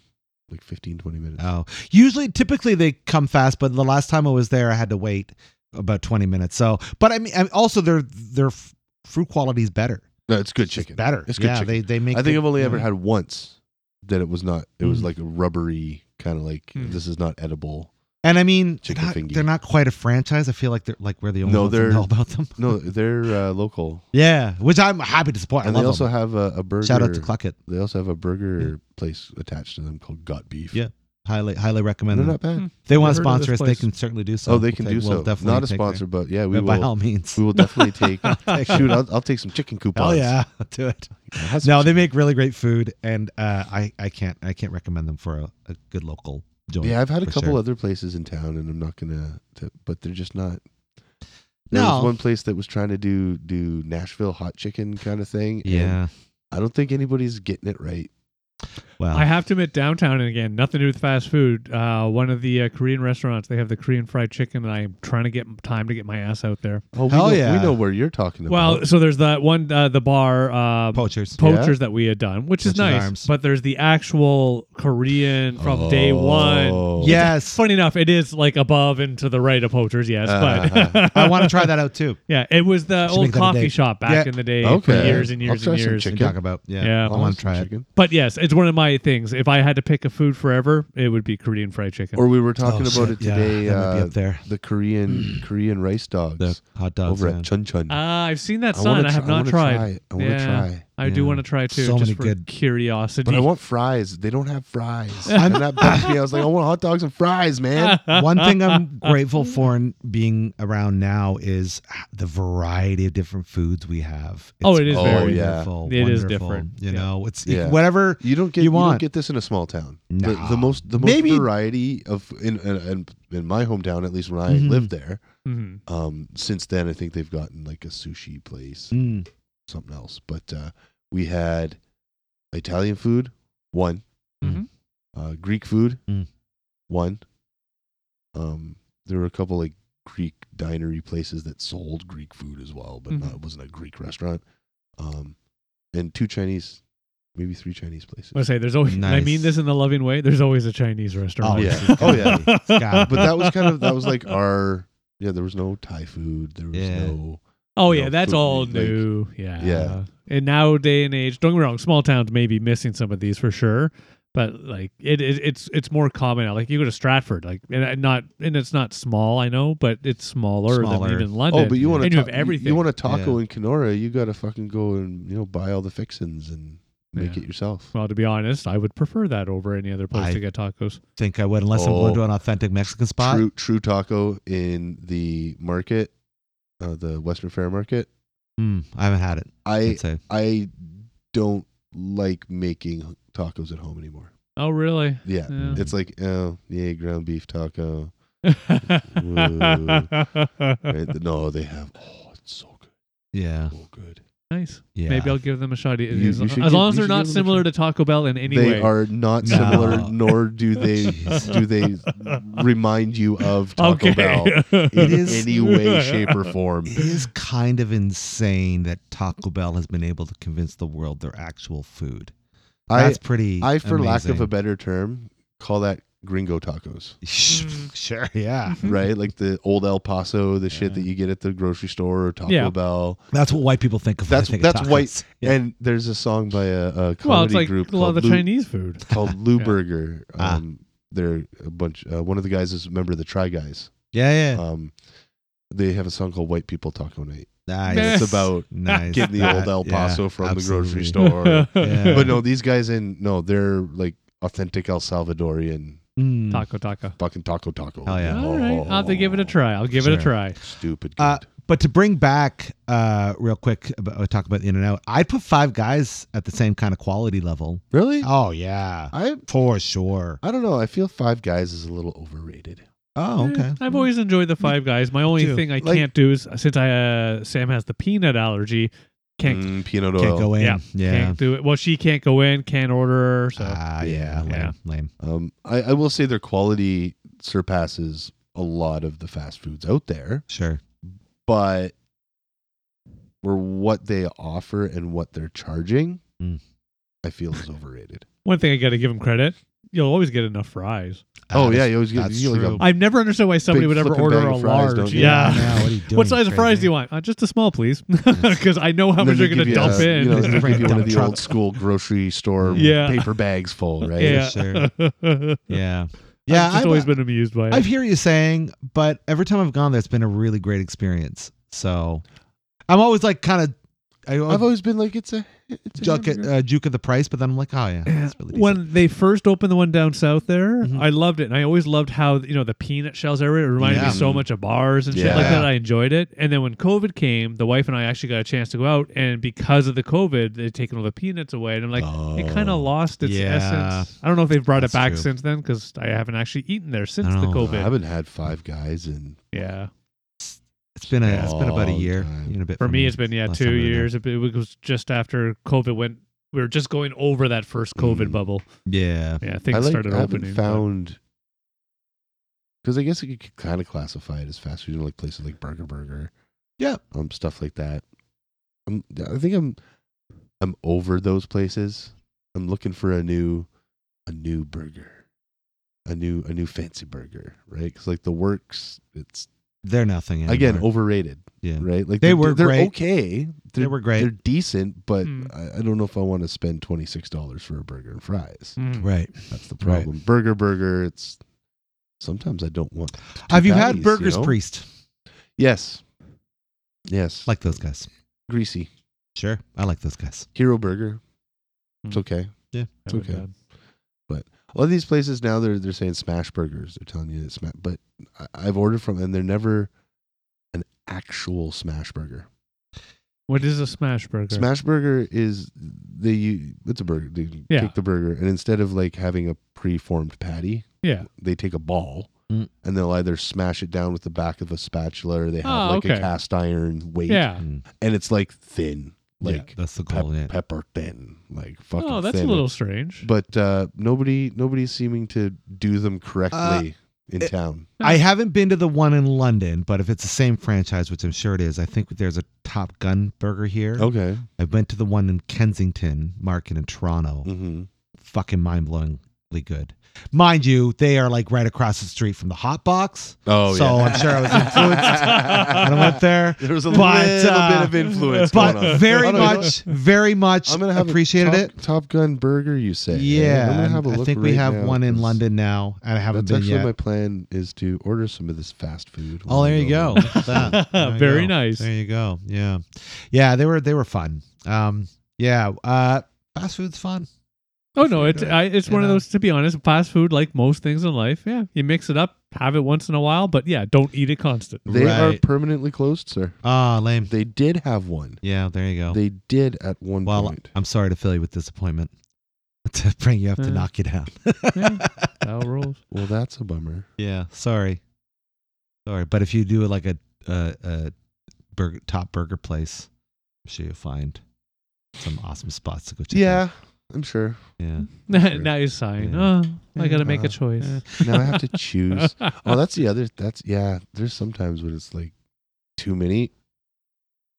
like 15, 20 minutes.
Oh, usually, typically they come fast, but the last time I was there, I had to wait about twenty minutes. So, but I mean, I also their their f- fruit quality is better.
no, it's good
It's
chicken.
better.
It's good
yeah,
chicken.
they they make.
I think
good-
I've only ever
yeah.
had once that it was not. It was
Mm.
like a rubbery kind of like
Mm.
this is not edible.
And I mean, they're
chicken
not,
fingy.
they're not quite a franchise. I feel like they're like we're the only
No,
ones that
they're-
know about them.
No, they're uh, local,
yeah, which I'm happy to support.
and
I
they
love
also
them.
have a, a burger.
Shout out to Clucket.
They also have a burger place attached to them called Got Beef.
Yeah, Highly highly
and
recommend.
they're
Them.
not bad.
Mm.
If they want
Never
to
heard of
sponsor
this
us. They
place.
can certainly do so.
Oh, they
We'll
can
take-
do
we'll
so.
definitely
not a
take
sponsor, but yeah, we
their- by
will.
all means.
We will definitely take.
Take it.
Shoot, I'll, I'll take some chicken coupons.
Oh yeah, do it.
That's-
No, they make really great food, and uh, I I can't I can't recommend them for a, a good local joint.
Yeah, I've had a
for
couple
sure.
other places in town, and I'm not gonna. To, but they're just not. There
no,
was one place that was trying to do do Nashville hot chicken kind of thing. and
yeah.
I don't think anybody's getting it right.
Well,
I have to admit, downtown, and again, nothing to do with fast food. Uh, one of the uh, Korean restaurants, they have the Korean fried chicken, and I'm trying to get m- time to get my ass out there.
Oh, we
Hell
know,
yeah.
We know where you're talking about.
Well, so there's that one, uh, the bar uh,
poachers.
poachers that we had done, which is
Poachers
nice.
Arms.
But there's the actual Korean from day one.
Oh.
yes,
Funny enough, it is like above and to the right of poachers, yes.
Uh-huh.
But
I want to try that out too.
Yeah, it was the
Should
old
make that a
coffee
date.
shop back
Yeah.
in the day for
Okay.
years and
I'll
years
try
and
some
years.
We
chicken.
talk about yeah.
Yeah.
I want to try it.
chicken.
But yes, it's one of my things. If I had to pick a food forever, it would be Korean fried chicken.
Or we were talking
Oh,
about
shit,
it today.
Yeah, that might be
uh,
up there.
the Korean Korean rice dogs
The hot dogs.
over
yeah.
at Chun Chun.
uh, I've seen that
I wanna
sign. I,
try-
have not
wanna
tried.
try it. I want to
Yeah.
try.
I do
Yeah.
want to try too,
So
just
many
for
good-
curiosity.
But I want fries. They don't have fries. and that bugs me. I was like, I want hot dogs and fries, man.
One thing I'm grateful for in being around now is the variety of different foods we have.
Oh, it is Oh,
very- yeah.
wonderful.
It is
wonderful.
different.
You
Yeah.
know, it's
Yeah.
whatever.
You don't get
You
you, don't
want.
get this in a small town. The,
Nah.
the most the most
Maybe-
variety of in, in in in my hometown, at least when I
Mhm.
lived there.
Mhm.
Um, since then, I think they've gotten like a sushi place,
Mm,
something else. But uh, we had Italian food, one.
Mhm.
Uh, Greek food,
Mm-hmm. Mm.
one. Um, there were a couple like Greek dinery places that sold Greek food as well, but
Mm-hmm.
Mhm.
not, it wasn't a Greek restaurant. Um, and two Chinese, maybe three Chinese places.
I say there's always. and I
Nice.
mean this in a loving way. There's always a Chinese restaurant.
yeah.
it's gotta
Oh, yeah.
be. It's gotta be.
but that was kind of that was like our yeah. There was no Thai food. There was
Yeah.
no
Oh
you
yeah,
know,
that's
food,
all
like-
new. yeah.
Yeah.
And now day and age, don't get me wrong, small towns may be missing some of these for sure. But like it, it it's it's more common now. Like you go to Stratford, like and I- not and it's not small, I know, but it's smaller,
Smaller.
than even London.
oh, but you want to
and you have everything.
You, want a taco in Kenora? You got to fucking go and you know buy all the fixins and make
Yeah.
it yourself.
well, to be honest, I would prefer that over any other place
I-
to get tacos.
think I would, unless I'm
Oh.
going to an authentic Mexican spot.
True, true taco in the market, uh, the Western Fair Market.
Mm, I haven't had it.
I
I'd say.
I don't like making tacos at home anymore.
Oh, really?
Yeah,
Yeah.
it's like oh yeah, ground beef taco. Right?
Right.
No, they have oh, it's so good,
Yeah.
so good.
nice.
Yeah.
Maybe I'll give them a shot.
You-
as
you should
as
give-
long as
you
they're
should
not
give them a
similar
shot.
to Taco Bell in any
They
way.
are not
No.
similar, nor do they
Jeez.
do they remind you of Taco
okay.
Bell
It
in
is-
any way, shape, or form.
It is kind of insane that Taco Bell has been able to convince the world they're actual food.
I,
That's pretty.
I, for lack of a
amazing.
better term, call that gringo tacos.
Mm.
sure, yeah,
Right, like the old El Paso, the shit that you get at the grocery store or Taco
Yeah.
Bell.
that's what white people think of. when they
That's-
think
that's
of
white-
tacos. Yeah.
And there's a song by a, a comedy
well, it's like
group
a lot
called,
of the
Lou-
Chinese food.
called Lou Burger.
Ah.
Um, They're a bunch. Uh, one of the guys is a member of the Try Guys.
yeah, yeah.
Um, they have a song called "White People Taco Night."
nice.
Yes.
It's about
nice.
getting the old
That-
El
yeah,
Paso from the
absolutely.
grocery store.
Yeah.
but no, these guys in no, they're like authentic El Salvadorian
Mm.
Taco Taco.
fucking taco taco. Oh,
Hell yeah.
All right, I'll have to give it a try. I'll give it
Sure.
a try.
Stupid.
Uh,
good.
But to bring back uh, real quick, about, uh, talk about In and Out. I'd put Five Guys at the same kind of quality level.
really?
Oh yeah,
Uh, I
for sure.
I don't know. I feel Five Guys is a little overrated.
Oh okay.
Eh, I've always enjoyed the Five Guys. My only
do.
thing I
Like-
can't do is since I uh, Sam has the peanut allergy, can't
Mm, peanut
can't
oil.
go in.
Yeah,
yeah.
can't do it. Well, she can't go in, can't order. So
Ah,
Yeah.
yeah, lame,
Yeah.
lame.
Um, I, I will say their quality surpasses a lot of the fast foods out there,
Sure.
but for what they offer and what they're charging,
Mm.
I feel is overrated.
one thing I got to give him credit: you'll always get enough fries.
Oh,
That
yeah,
is-
you always get-
Ah, that's
you like a-
true.
I've never understood why somebody
Mm. Big
would ever
flipping
order
bag
a
of fries,
large.
don't you?
yeah.
Yeah, what are you doing,
What size of fries do you want? Uh, just a small, please, because I know how
And
much
then
you're
they
going to
give you
dump
a-
in.
You know, they give you one of
Dump
the
truck.
old school grocery store
Yeah.
paper bags full, right?
yeah,
sure. Yeah. Yeah.
I've just
I've,
always been amused by it.
I've hear you saying, but every time I've gone there, it's been a really great experience. So I'm always like kind of, I
I've
always
always been like, it's a, it's a
juke at,
hamburger.
uh, juke at the price, but then I'm like, oh yeah, that's really decent.
when they first opened the one down south there,
Mhm.
I loved it, and I always loved how you know the peanut shells everywhere. It reminded
Yeah.
me so much of bars and shit like
Yeah.
that. I enjoyed it, and then when COVID came, the wife and I actually got a chance to go out, and because of the COVID, they'd taken all the peanuts away, and I'm like, it kind of lost its
Oh. yeah.
essence. I don't know if they've brought
That's
it back
true.
since then because I haven't actually eaten there since
I
the
don't know.
I
COVID.
haven't had Five Guys and
Yeah,
it's been a, it's been about a
Long
year,
time.
you know, a bit
for me, it's been yeah
last
two
time we were there.
years. It was just after COVID went. We were just going over that first COVID
Mm.
bubble.
Yeah.
Yeah, things
I like,
started
I haven't
opening. but-
found because I guess you could kind of classify it as fast food, you know, like places like Burger Burger,
Yeah.
um, stuff like that. I'm, I think I'm, I'm over those places. I'm looking for a new, a new burger, a new a new fancy burger, right? Because like the works, it's
They're nothing. Anymore.
again overrated,
Yeah.
right? Like
They
they're-
were
they're
great.
okay,
They
They're-
were great.
they're decent, but
Mm.
I, I don't know if I want to spend twenty six dollars for a burger and fries.
Mm.
Right.
That's the
Right.
problem. Burger, burger. It's sometimes I don't want. two
Have you
patties,
had Burgers
know?
Priest?
Yes, yes. Like
Like those guys.
greasy
Sure. I like those guys.
hero burger. It's
Hmm.
Mm.
okay. It's
Haven't
okay.
done.
A lot of these places now they're they're saying smash burgers. They're telling you it's smash, but I, I've ordered from and they're never an actual smash burger.
What is a smash burger?
Smash burger is they you it's a burger. They
Yeah.
take the burger and instead of like having a preformed patty,
Yeah.
they take a ball
Mm.
and they'll either smash it down with the back of a spatula or they have
Oh,
like a
okay.
cast iron weight
Yeah.
Mm.
and it's like thin
Yeah,
like
that's the
pep-
goal. yeah.
pepper thin like fucking
Oh, that's
thin.
a little strange.
but uh nobody nobody's seeming to do them correctly in
Uh, it-
town
I haven't been to the one in London, but if it's the same franchise, which I'm sure it is, I think there's a Top Gun burger here.
okay
I went to the one in Kensington Market in Toronto.
mm-hmm.
Fucking mind blowingly good. Mind you, they are like right across the street from the hot box.
oh
so I'm sure I was influenced when I went there.
there was a
But,
little
uh,
bit of influence going
But
on.
very
I don't know.
much, very much
i'm gonna have a
appreciated
top,
it.
top gun burger you say eh?
Yeah.
i'm gonna
and
have a
I
look
think we
right
have
now,
one in
'cause
London now, and I haven't
that's
been
actually
yet.
my plan is to order some of this fast food
Oh,
while
there
I'm
you go.
over.
Look at that. There you go.
Very nice.
There you go. Yeah, yeah. They were they were fun. Um, yeah. Uh, fast food's fun.
oh no, it's I, it's
You
one
know.
of those. To be honest, fast food, like most things in life, yeah, you mix it up, have it once in a while, but yeah, don't eat it constant.
they are
Right.
permanently closed sir
Ah, lame.
they did have one
Yeah, there you go.
They did at one
well,
point.
I'm sorry to fill you with disappointment. To bring you up to
Uh,
knock you down.
Yeah, that rules.
Well, that's a bummer.
yeah, sorry, sorry. But if you do like a a, a burger, top burger place, I'm sure you'll find some awesome spots to go check. out.
Yeah, Mm-hmm. I'm sure.
yeah.
now you're sighing.
Yeah.
Oh, I gotta make
Uh,
a choice.
Now I have to choose. Oh, that's the other. That's yeah. There's sometimes when it's like too many.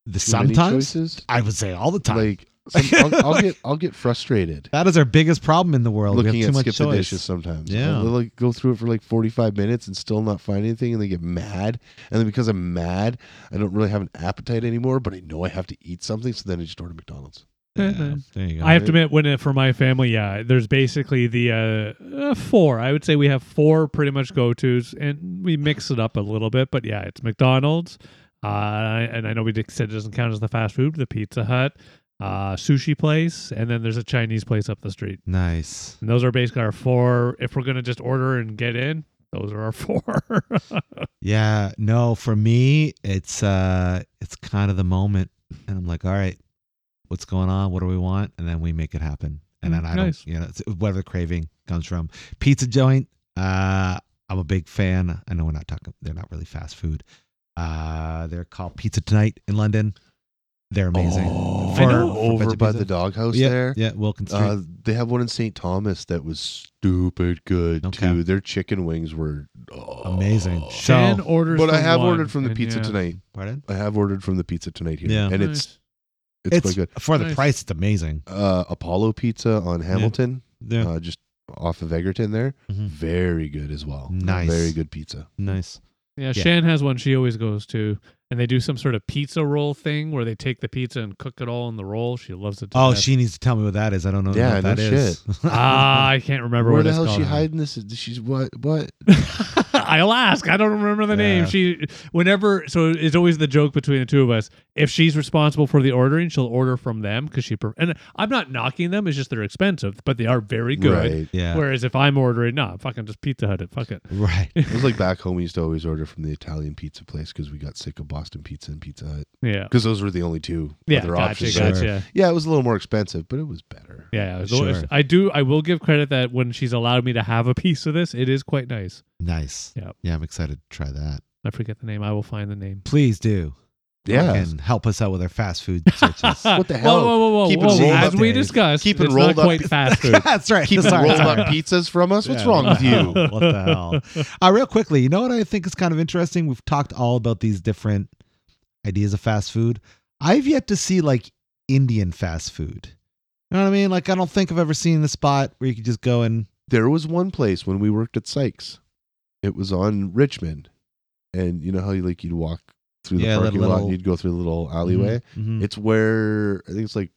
The
Too many
sometimes
choices.
I would say all the time.
Like some, I'll, I'll get I'll get frustrated
that is our biggest problem in the world. we
looking
have too
at
much
skip
choice.
the dishes sometimes.
Yeah.
I'll, like go through it for like 45 minutes and still not find anything, and they get mad. And then because I'm mad, I don't really have an appetite anymore. But I know I have to eat something, so then I just order McDonald's. Mm-hmm.
Yeah, there you go.
I have to admit, when it, for my family, yeah, there's basically the uh, uh, four. I would say we have four pretty much go tos, and we mix it up a little bit. But yeah, it's McDonald's, uh, and I know we did- said it doesn't count as the fast food, the Pizza Hut, uh, sushi place, and then there's a Chinese place up the street.
nice.
And those are basically our four. If we're gonna just order and get in, those are our four.
Yeah, no, for me, it's uh it's kind of the moment and I'm like, all right, what's going on? What do we want? And then we make it happen. And then
Mm,
I
nice.
don't you know, it's whatever the craving comes from. Pizza joint, uh I'm a big fan. I know we're not talking they're not really fast food. Uh they're called Pizza Tonight in London. They're amazing.
Oh,
I know.
over
veggie
by
pizza.
the doghouse
yeah,
there.
Yeah, Wilkins Street.
Uh, they have one in St. Thomas that was stupid good
Okay.
too. Their chicken wings were oh.
Amazing. So-
Ten orders,
But I
from
have
one,
ordered from the
and
pizza
yeah.
tonight.
Pardon?
I have ordered from the pizza tonight here,
Yeah.
and it's it's, quite good.
For the
Nice.
price, it's amazing.
Uh, Apollo Pizza on Hamilton,
Yeah.
uh, just off of Egerton there,
Mm.
Mhm.
very good as well.
Nice.
very good pizza.
Nice.
Yeah,
Yeah.
Shan has one she always goes to, and they do some sort of pizza roll thing where they take the pizza and cook it all in the roll. She loves it. To
Oh,
death.
she needs to tell me what that is. I don't know
Yeah,
what that
no
is.
ah, I can't remember
Where
what
the
it's
hell is she
called.
hiding this? She's what? What?
I'll ask. I don't remember the name.
Yeah.
She whenever so it's always the joke between the two of us. If she's responsible for the ordering, she'll order from them because she. pre- And I'm not knocking them. It's just they're expensive, but they are very good.
Right.
yeah.
Whereas if I'm ordering, nah, fucking just Pizza Hut it. Fuck it.
Right.
It was like back home. We used to always order from the Italian pizza place because we got sick of Boston Pizza and Pizza Hut
Yeah.
because those were the only two
Yeah.
other
Gotcha.
options.
Sure.
Gotcha.
Yeah, it was a little more expensive, but it was better.
Yeah, yeah,
Sure.
sure. I do. I will give credit that when she's allowed me to have a piece of this, it is quite nice.
Nice.
Yep.
Yeah, I'm excited to try that.
I forget the name. I will find the name.
Please do.
Yeah.
And help us out with our fast food searches.
What the hell?
Ah, Whoa, whoa, whoa, whoa!
Keep it
whoa.
rolled
As
up,
we
Dave.
discussed,
Keep it
it's
rolled
not
up.
quite fast food.
That's right.
Keeping
Sorry,
rolled
sorry.
up pizzas from us? What's
Yeah,
wrong
what
with
the hell?
you?
What the hell? Uh, real quickly, you know what I think is kind of interesting? We've talked all about these different ideas of fast food. I've yet to see like Indian fast food. You know what I mean? Like, I don't think I've ever seen a spot where you could just go and.
There was one place when we worked at Sykes. It was on Richmond. And you know how you like you'd walk through the
Yeah, that
parking lot
little-
and you'd go through the little alleyway?
Mhm.
It's where I think it's like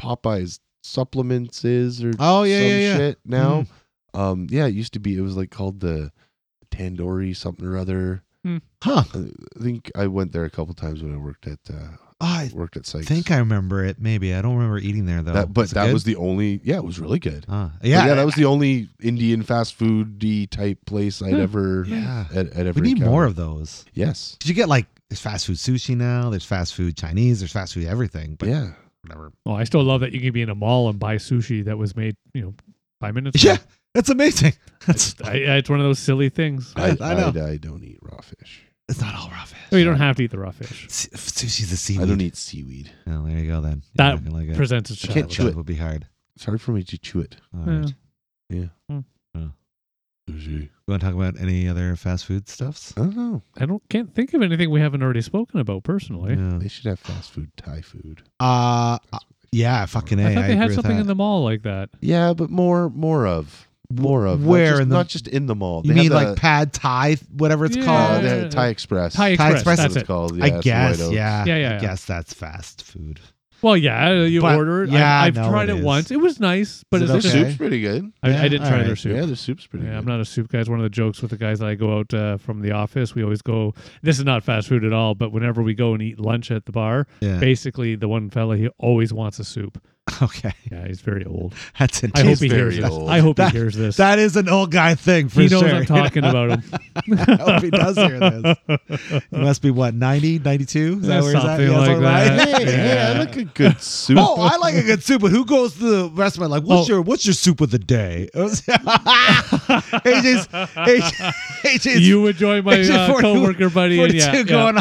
Popeye's supplements is or
Oh, yeah,
some
yeah, Mm-hmm. yeah.
shit now. Um yeah, it used to be it was like called the Tandoori something or other. Uh,
Huh.
I think I went there a couple times when I worked at uh,
Ah, I
worked at Sykes.
think I remember it, maybe. I don't remember eating there, though.
that, but
it
that
good?
was the only yeah, it was really good.
Ah,
But
yeah,
yeah, that was the only Indian fast food y type place I'd
Hmm.
ever.
Yeah.
At, at
We
every
need more of those.
Yes.
Did you get like there's fast food sushi now? There's fast food Chinese. There's fast food everything. But
yeah.
whatever.
Oh, I still love that you can be in a mall and buy sushi that was made, you know, five minutes.
Yeah,
ago.
that's amazing. That's
I, I- it's one of those silly things.
I-
I,
I know.
I, don't eat raw fish.
it's not all raw fish.
No, Oh, you don't have to eat the raw fish.
S- sushi's a seaweed.
I don't eat seaweed.
Oh, there you go then. You're
That
not gonna like it.
Presents its
I
That
can't
would-
challenge.
chew
that
it.
would be hard.
It's hard for me to chew it.
All
Yeah.
right. You want to talk about any other fast food stuffs?
I don't know.
I don't can't think of anything we haven't already spoken about personally.
Yeah.
They should have fast food Thai food.
Uh, uh, yeah, fucking a.
I thought they had
agree with
something
that.
in the mall like that.
Yeah, but more, more of, more of.
Where
not just,
in the-
not just in the mall.
You
They
mean
have
like pad Thai, whatever it's
Yeah.
uh,
called?
they have Thai Express? Ah,
Thai
Thai
Express.
Express,
That's
That's
what
it.
it's called. Yeah,
I
it's in
guess,
White Oak.
yeah.
Yeah, yeah,
I
yeah.
guess that's fast food.
Well, yeah, you
But-
order. it.
yeah,
I, I've
no,
tried
it
it
is.
once. It was nice, but
Is
it's
it
just
okay?
Soup's pretty good.
I,
Yeah,
I didn't
all
try
right.
their soup.
Yeah, the soup's pretty
Yeah,
good.
I'm not a soup guy. It's one of the jokes with the guys that I go out uh, from the office. We always go. This is not fast food at all, but whenever we go and eat lunch at the bar,
Yeah.
basically the one fella he always wants a soup.
Okay,
Yeah, he's very old.
that's
I hope
interesting.
he hears
very
this.
old.
I hope
That-
he hears this.
That is an old guy thing for
he
sure.
knows I'm talking about him.
I hope he does hear this. He must be what 90, 92? Is that
Yeah,
where he's at?
something
Yeah,
like
something
that.
Hey, hey, I like a good soup.
Oh, I like a good soup, but who goes to the restaurant like, what's
Oh.
your what's your soup of the day? AJ's, AJ, AJ's
you would join my
it's
uh,
40
coworker buddy. and
42
yeah, yeah.
going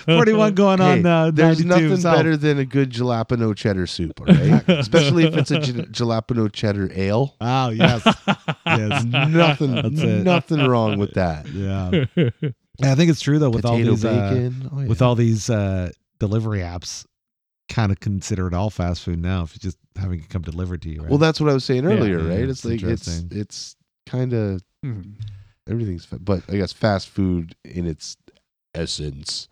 on, 41 going on.
Hey,
Uh,
there's
92
nothing
himself.
better than a good jalapeno cheddar soup, all right? Especially if it's a j- jalapeno cheddar ale.
Oh yes, yes,
Nothing,
That's it.
nothing wrong with that.
yeah. And I think it's true though with
Potato
all these uh,
bacon, oh, yeah.
with all these uh, delivery apps, kind of consider it all fast food now. If you're just having it come delivered to you, right?
Well, that's what I was saying earlier,
yeah,
right?
it's
It's like it's
interesting.
it's kind of
Hmm.
everything's, fa- but I guess fast food in its essence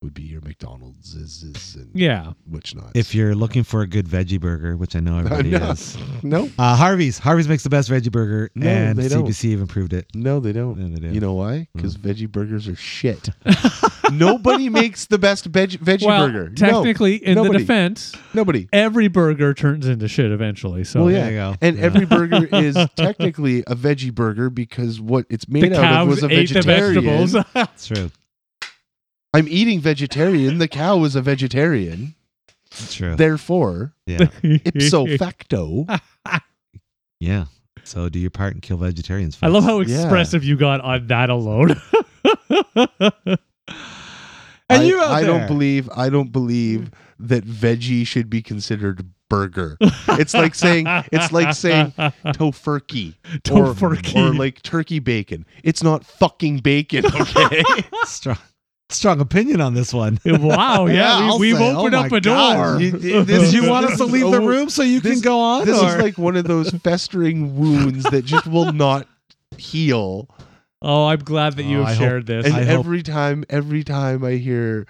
would be your McDonald's is and
yeah.
which not.
if you're looking for a good veggie burger, which I know everybody
no,
is.
no,
Uh, Harvey's. Harvey's makes the best veggie burger,
No,
and
they don't.
CBC have improved it.
no, they don't.
And they do.
You know why?
Hmm.
Because veggie burgers are shit. Nobody makes the best veg- veggie
Well,
burger.
technically, in
nobody.
the defense,
no, nobody.
every burger turns into shit eventually. So
Well, yeah.
there you go.
And
Yeah.
every burger is technically a veggie burger because what it's made
the
out of
cows
was a
ate the
vegetarian.
vegetables.
it's true.
I'm eating vegetarian. The cow is a vegetarian.
It's true.
Therefore,
yeah.
ipso facto,
Yeah. So do your part and kill vegetarians.
I love
folks.
how
Yeah.
expressive you got on that alone.
And
I,
you out
I
there.
don't believe I don't believe that veggie should be considered burger. It's like saying it's like saying tofurkey, or-
Tofurkey.
or, like turkey bacon. It's not fucking bacon, okay?
strong, strong opinion on this one.
wow, yeah,
Yeah, I'll
we, we've
say, oh
opened
my
up a door.
God,
You-
Did
this-
you want us to leave the
oh,
room so you can
this-
go on?
This
or?
is like one of those festering wounds that just will not heal.
oh, I'm glad that you
Oh,
have
I hope-
shared this.
And
I hope-
every time, every time I hear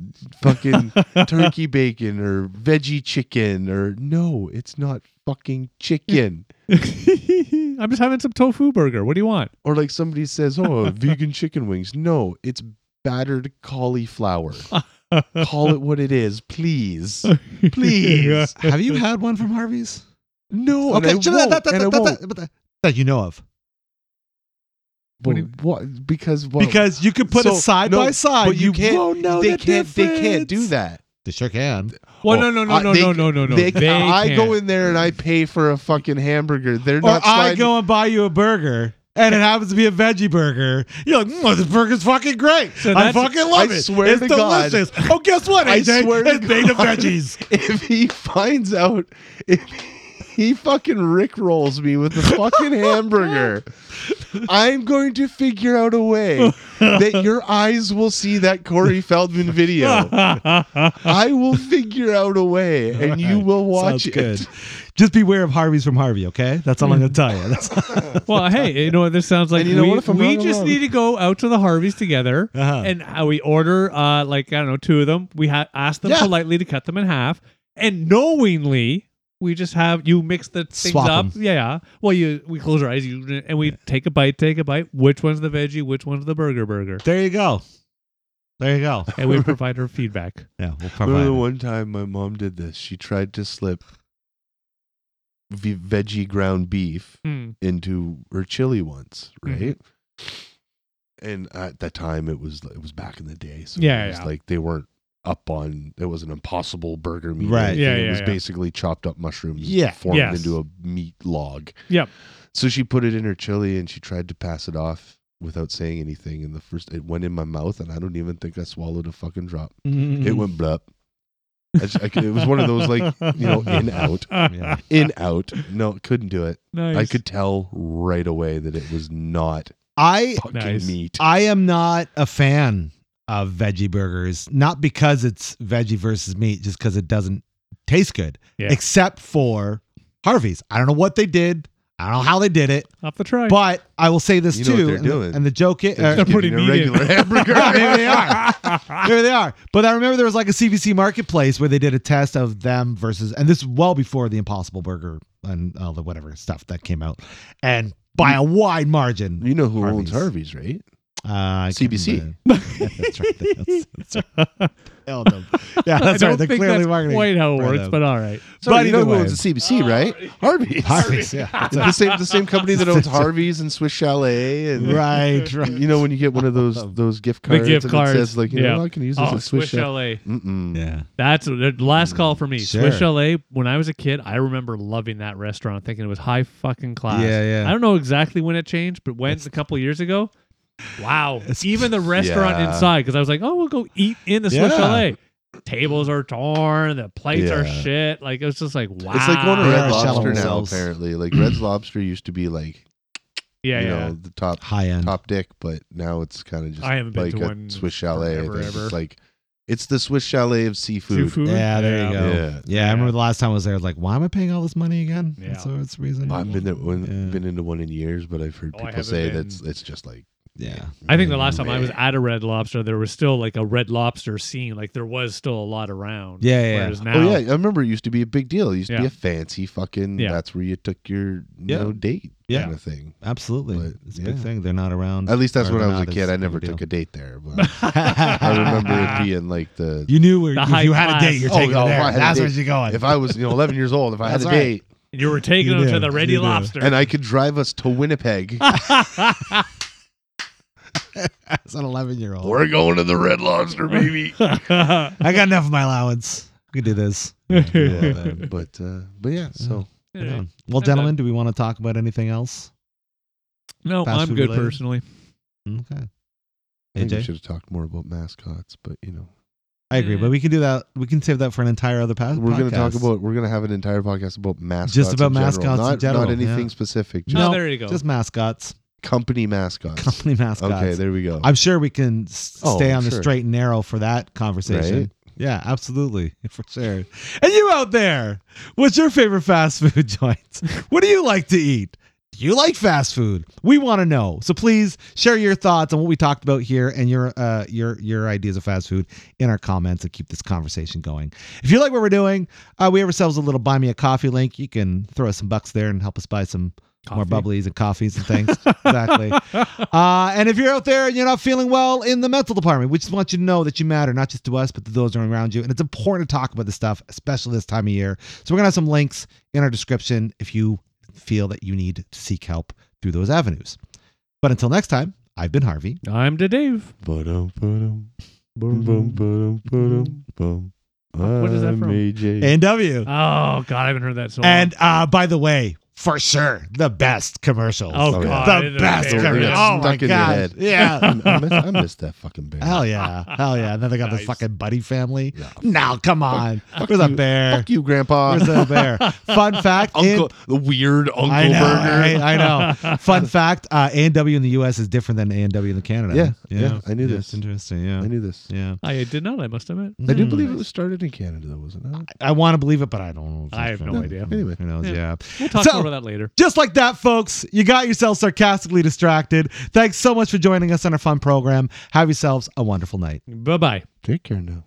fucking turkey bacon or veggie chicken or no, it's not fucking chicken.
I'm just having some tofu burger. What do you want?
Or like somebody says, oh, vegan chicken wings. No, it's battered cauliflower. Call it what it is, please. Please.
have you had one from Harvey's?
No, Oh, and I
so
won't, and I won't.
that- but that- that you know of.
what do you-
Well, What? Because what?
Because you could put
So,
it side
no,
by side.
but you can't-
won't know
they
the
can't. They can't do
difference.
that.
They sure can.
Well,
Oh,
no, no, no,
I-
no,
they-
no, no, no, no.
They-
They
I go
can't.
in there and I pay for a fucking hamburger. They're
Or
not.
I
sliding-
go and buy you a burger, and it happens to be a veggie burger. You're like, mm, this burger's fucking great.
So
I
that's-
fucking love
I
it.
swear
it's
to God.
delicious. Oh, guess what,
I
AJ?
swear to
it's made of
God.
veggies.
if he finds out if he fucking rickrolls me with the fucking hamburger i'm going to figure out a way that your eyes will see that corey feldman video i will figure out a way and you will watch
Sounds
it
good. Just beware of Harvey's from Harvey, okay? That's all I'm going to tell you. That's,
well, hey, you know what this sounds like?
And you know
we
what? If I'm
we
wrong, I'm
just
wrong.
need to go out to the Harveys together,
Uh-huh.
and uh, we order uh, like I don't know two of them. We ha- ask them
Yeah.
politely to cut them in half, and knowingly we just have you mix the things
Swap
up.
'em.
Yeah, yeah. Well, you we close our eyes, you, and we take a bite, take a bite. Which one's the veggie? Which one's the burger? Burger.
there you go. There you go.
And we provide her feedback.
Yeah, we'll
remember the
provide.
one time my mom did this she tried to slip v- veggie ground beef
Hmm.
into her chili once,
Mhm.
right? And at that time, it was it was back in the day, so
Yeah,
it was
yeah.
like they weren't up on it was an impossible burger meat, or
Right.
anything.
Yeah,
it
yeah,
was
yeah.
basically chopped up mushrooms,
Yeah.
formed
Yes.
into a meat log.
Yep.
So she put it in her chili and she tried to pass it off without saying anything. And the first, it went in my mouth, and I don't even think I swallowed a fucking drop. It
Mm.
went blup. I just- I c- it was one of those like you know in out
Yeah.
in out. No, couldn't do it.
Nice.
I could tell right away that it was not
I
fucking
Nice. Uh,
meat.
I am not a fan of veggie burgers, not because it's veggie versus meat, just because it doesn't taste good.
Yeah.
Except for Harvey's. I don't know what they did. I don't know how they did it,
off the try.
but I will say this
You know
too.
what they're
and, the-
doing.
and the joke is,
They're
uh,
just putting
Getting a
meat in.
regular hamburger.
yeah, maybe they are. Maybe they are. But I remember there was like a CVC marketplace where they did a test of them versus, and this is well before the Impossible Burger and all the whatever stuff that came out, and by a wide margin.
You know who
Harvey's.
owns Harvey's, right?
Uh, I can't
CBC.
remember. That's right. That's- that's right. Hell no. Yeah, that's
I
right.
don't
They're
think
clearly
that's
marketing.
quite how it
Right
works,
up.
but all right.
But
Sorry, you know
either
who
way.
owns the CBC,
Oh,
right? Harvey's.
Harvey's, yeah. That's
It's the same the same company that owns Harvey's and Swiss Chalet
it.
and
right, right.
You know when you get one of those those gift cards
gift
and
cards,
it says like you
yeah.
know I can use this
Oh,
at
Swiss
Swiss Chalet.
Chalet.
Mm-mm.
Yeah.
That's the last call for me. Swiss
Mm, Sure.
Chalet. When I was a kid, I remember loving that restaurant, thinking it was high fucking class.
Yeah, yeah.
I don't know exactly when it changed, but when a couple years ago. Wow.
It's-
Even the restaurant
Yeah.
inside, because I was like, oh, we'll go eat in the Swiss
Yeah.
Chalet. Tables are torn, the plates are
Yeah.
shit. Like it was just like wow.
It's like going to
They
Red
are
Lobster
shallow
now.
selves.
Apparently, like Red Lobster used to be like
Yeah,
you
yeah.
know the top
High end.
top dick, but now it's kind of just
I haven't been
like
to
a
one
Swiss Chalet. I
forever,
think.
ever.
It's like it's the Swiss Chalet of seafood.
Seafood?
Yeah, Mm-hmm. there you go.
Yeah.
Yeah, I remember the last time I was there. I was like, why am I paying all this money again?
Yeah.
So it's the reason.
I've been there, one,
Yeah.
been into one in years, but I've heard
Oh, I
people
haven't
say
been.
that's it's just like mm,
yeah.
I think the last time I
Mm.
was at a Red Lobster, there was still like a Red Lobster scene. Like there was still a lot around.
Yeah, yeah, yeah.
Whereas now,
Oh yeah, I remember it used to be a big deal. It used to be
Yeah.
a fancy fucking.
Yeah.
That's where you took your you
Yeah.
know date
Yeah.
kind of thing.
Absolutely.
But,
it's a big
yeah.
thing. They're not around.
At least that's
Or
when I was a
not,
kid.
it's
I
no
never
big
took
deal.
a date there, but I
I
remember it being like the.
You knew where
The
if
high
you had a date.
class.
You're
Oh,
taking
no,
it
if I
there.
had a
That's
date-
where you're going.
If I was you know 11 years old, if I had
That's
a
right.
date
you were taking
You
them to
did.
the Red
You did.
Lobster.
and I could drive us to Winnipeg,
As an 11 year old,
we're going to the Red Lobster, baby.
I got enough of my allowance. We can do this.
Yeah, but uh, but yeah, so
Yeah.
no,
Well,
Yeah.
gentlemen, do we want to talk about anything else? Fast
I'm
food
good
related?
personally.
Okay.
I think we
AJ,
should have talked more about mascots, but you know
I agree,
Yeah.
but we can do that. We can save that for an entire other pa-
we're going to talk
podcast.
about we're going to have an entire podcast about mascots,
about
in general.
mascots in
not,
general,
not anything
yeah.
specific, just
No,
oh, there you go.
just mascots,
company mascots.
company mascots.
Okay, there we go.
I'm sure we can s-
Oh,
stay on the
sure.
straight and narrow for that conversation.
Right?
Yeah, absolutely. For sure. And you out there, what's your favorite fast food joints? What do you like to eat? Do you like fast food? We want to know. So please share your thoughts on what we talked about here and your uh your your ideas of fast food in our comments and keep this conversation going. If you like what we're doing, uh, we have ourselves a little buy me a coffee link. You can throw us some bucks there and help us buy some more
Coffee.
bubblies and coffees and things. exactly. Uh, and if you're out there and you're not feeling well in the mental department, we just want you to know that you matter, not just to us, but to those around you. And it's important to talk about this stuff, especially this time of year. So we're going to have some links in our description if you feel that you need to seek help through those avenues. But until next time, I've been Harvey.
I'm to Dave.
Ba-dum, ba-dum, boom,
Mm-hmm.
boom, ba-dum, ba-dum, boom.
What is that
I'm
from?
AJ.
A&W.
Oh God, I haven't heard that so long.
and uh, by the way, for sure, the best commercials.
oh
yeah.
God,
the
it's a
best
favorite.
commercials.
Yeah.
Oh, my
Stuck in your
God.
head.
Yeah.
I, I miss, I miss that fucking bear.
Hell yeah. Hell yeah. And then they got the
Nice.
fucking Buddy family.
Yeah.
No, come on. There's a
you.
bear.
Fuck you, Grandpa.
There's a bear. Fun fact.
Uncle, the weird Uncle
I know,
Burger.
I, I know. Fun fact: uh, A&W in the U.S. is different than A&W in Canada.
Yeah, yeah, I knew
Yeah,
this.
It's interesting. Yeah,
I knew this.
yeah.
I did not. I must admit.
I do
Mm.
believe it was started in Canada, though, wasn't it?
I want to believe it, but I don't know. if
I
it's
have no
true.
idea.
Anyway.
Who knows?
Yeah.
yeah.
We'll talk
So-
more about that later.
Just like that, folks, you got yourself sarcastically distracted. Thanks so much for joining us on our fun program. Have yourselves a wonderful night.
Bye bye.
Take care now.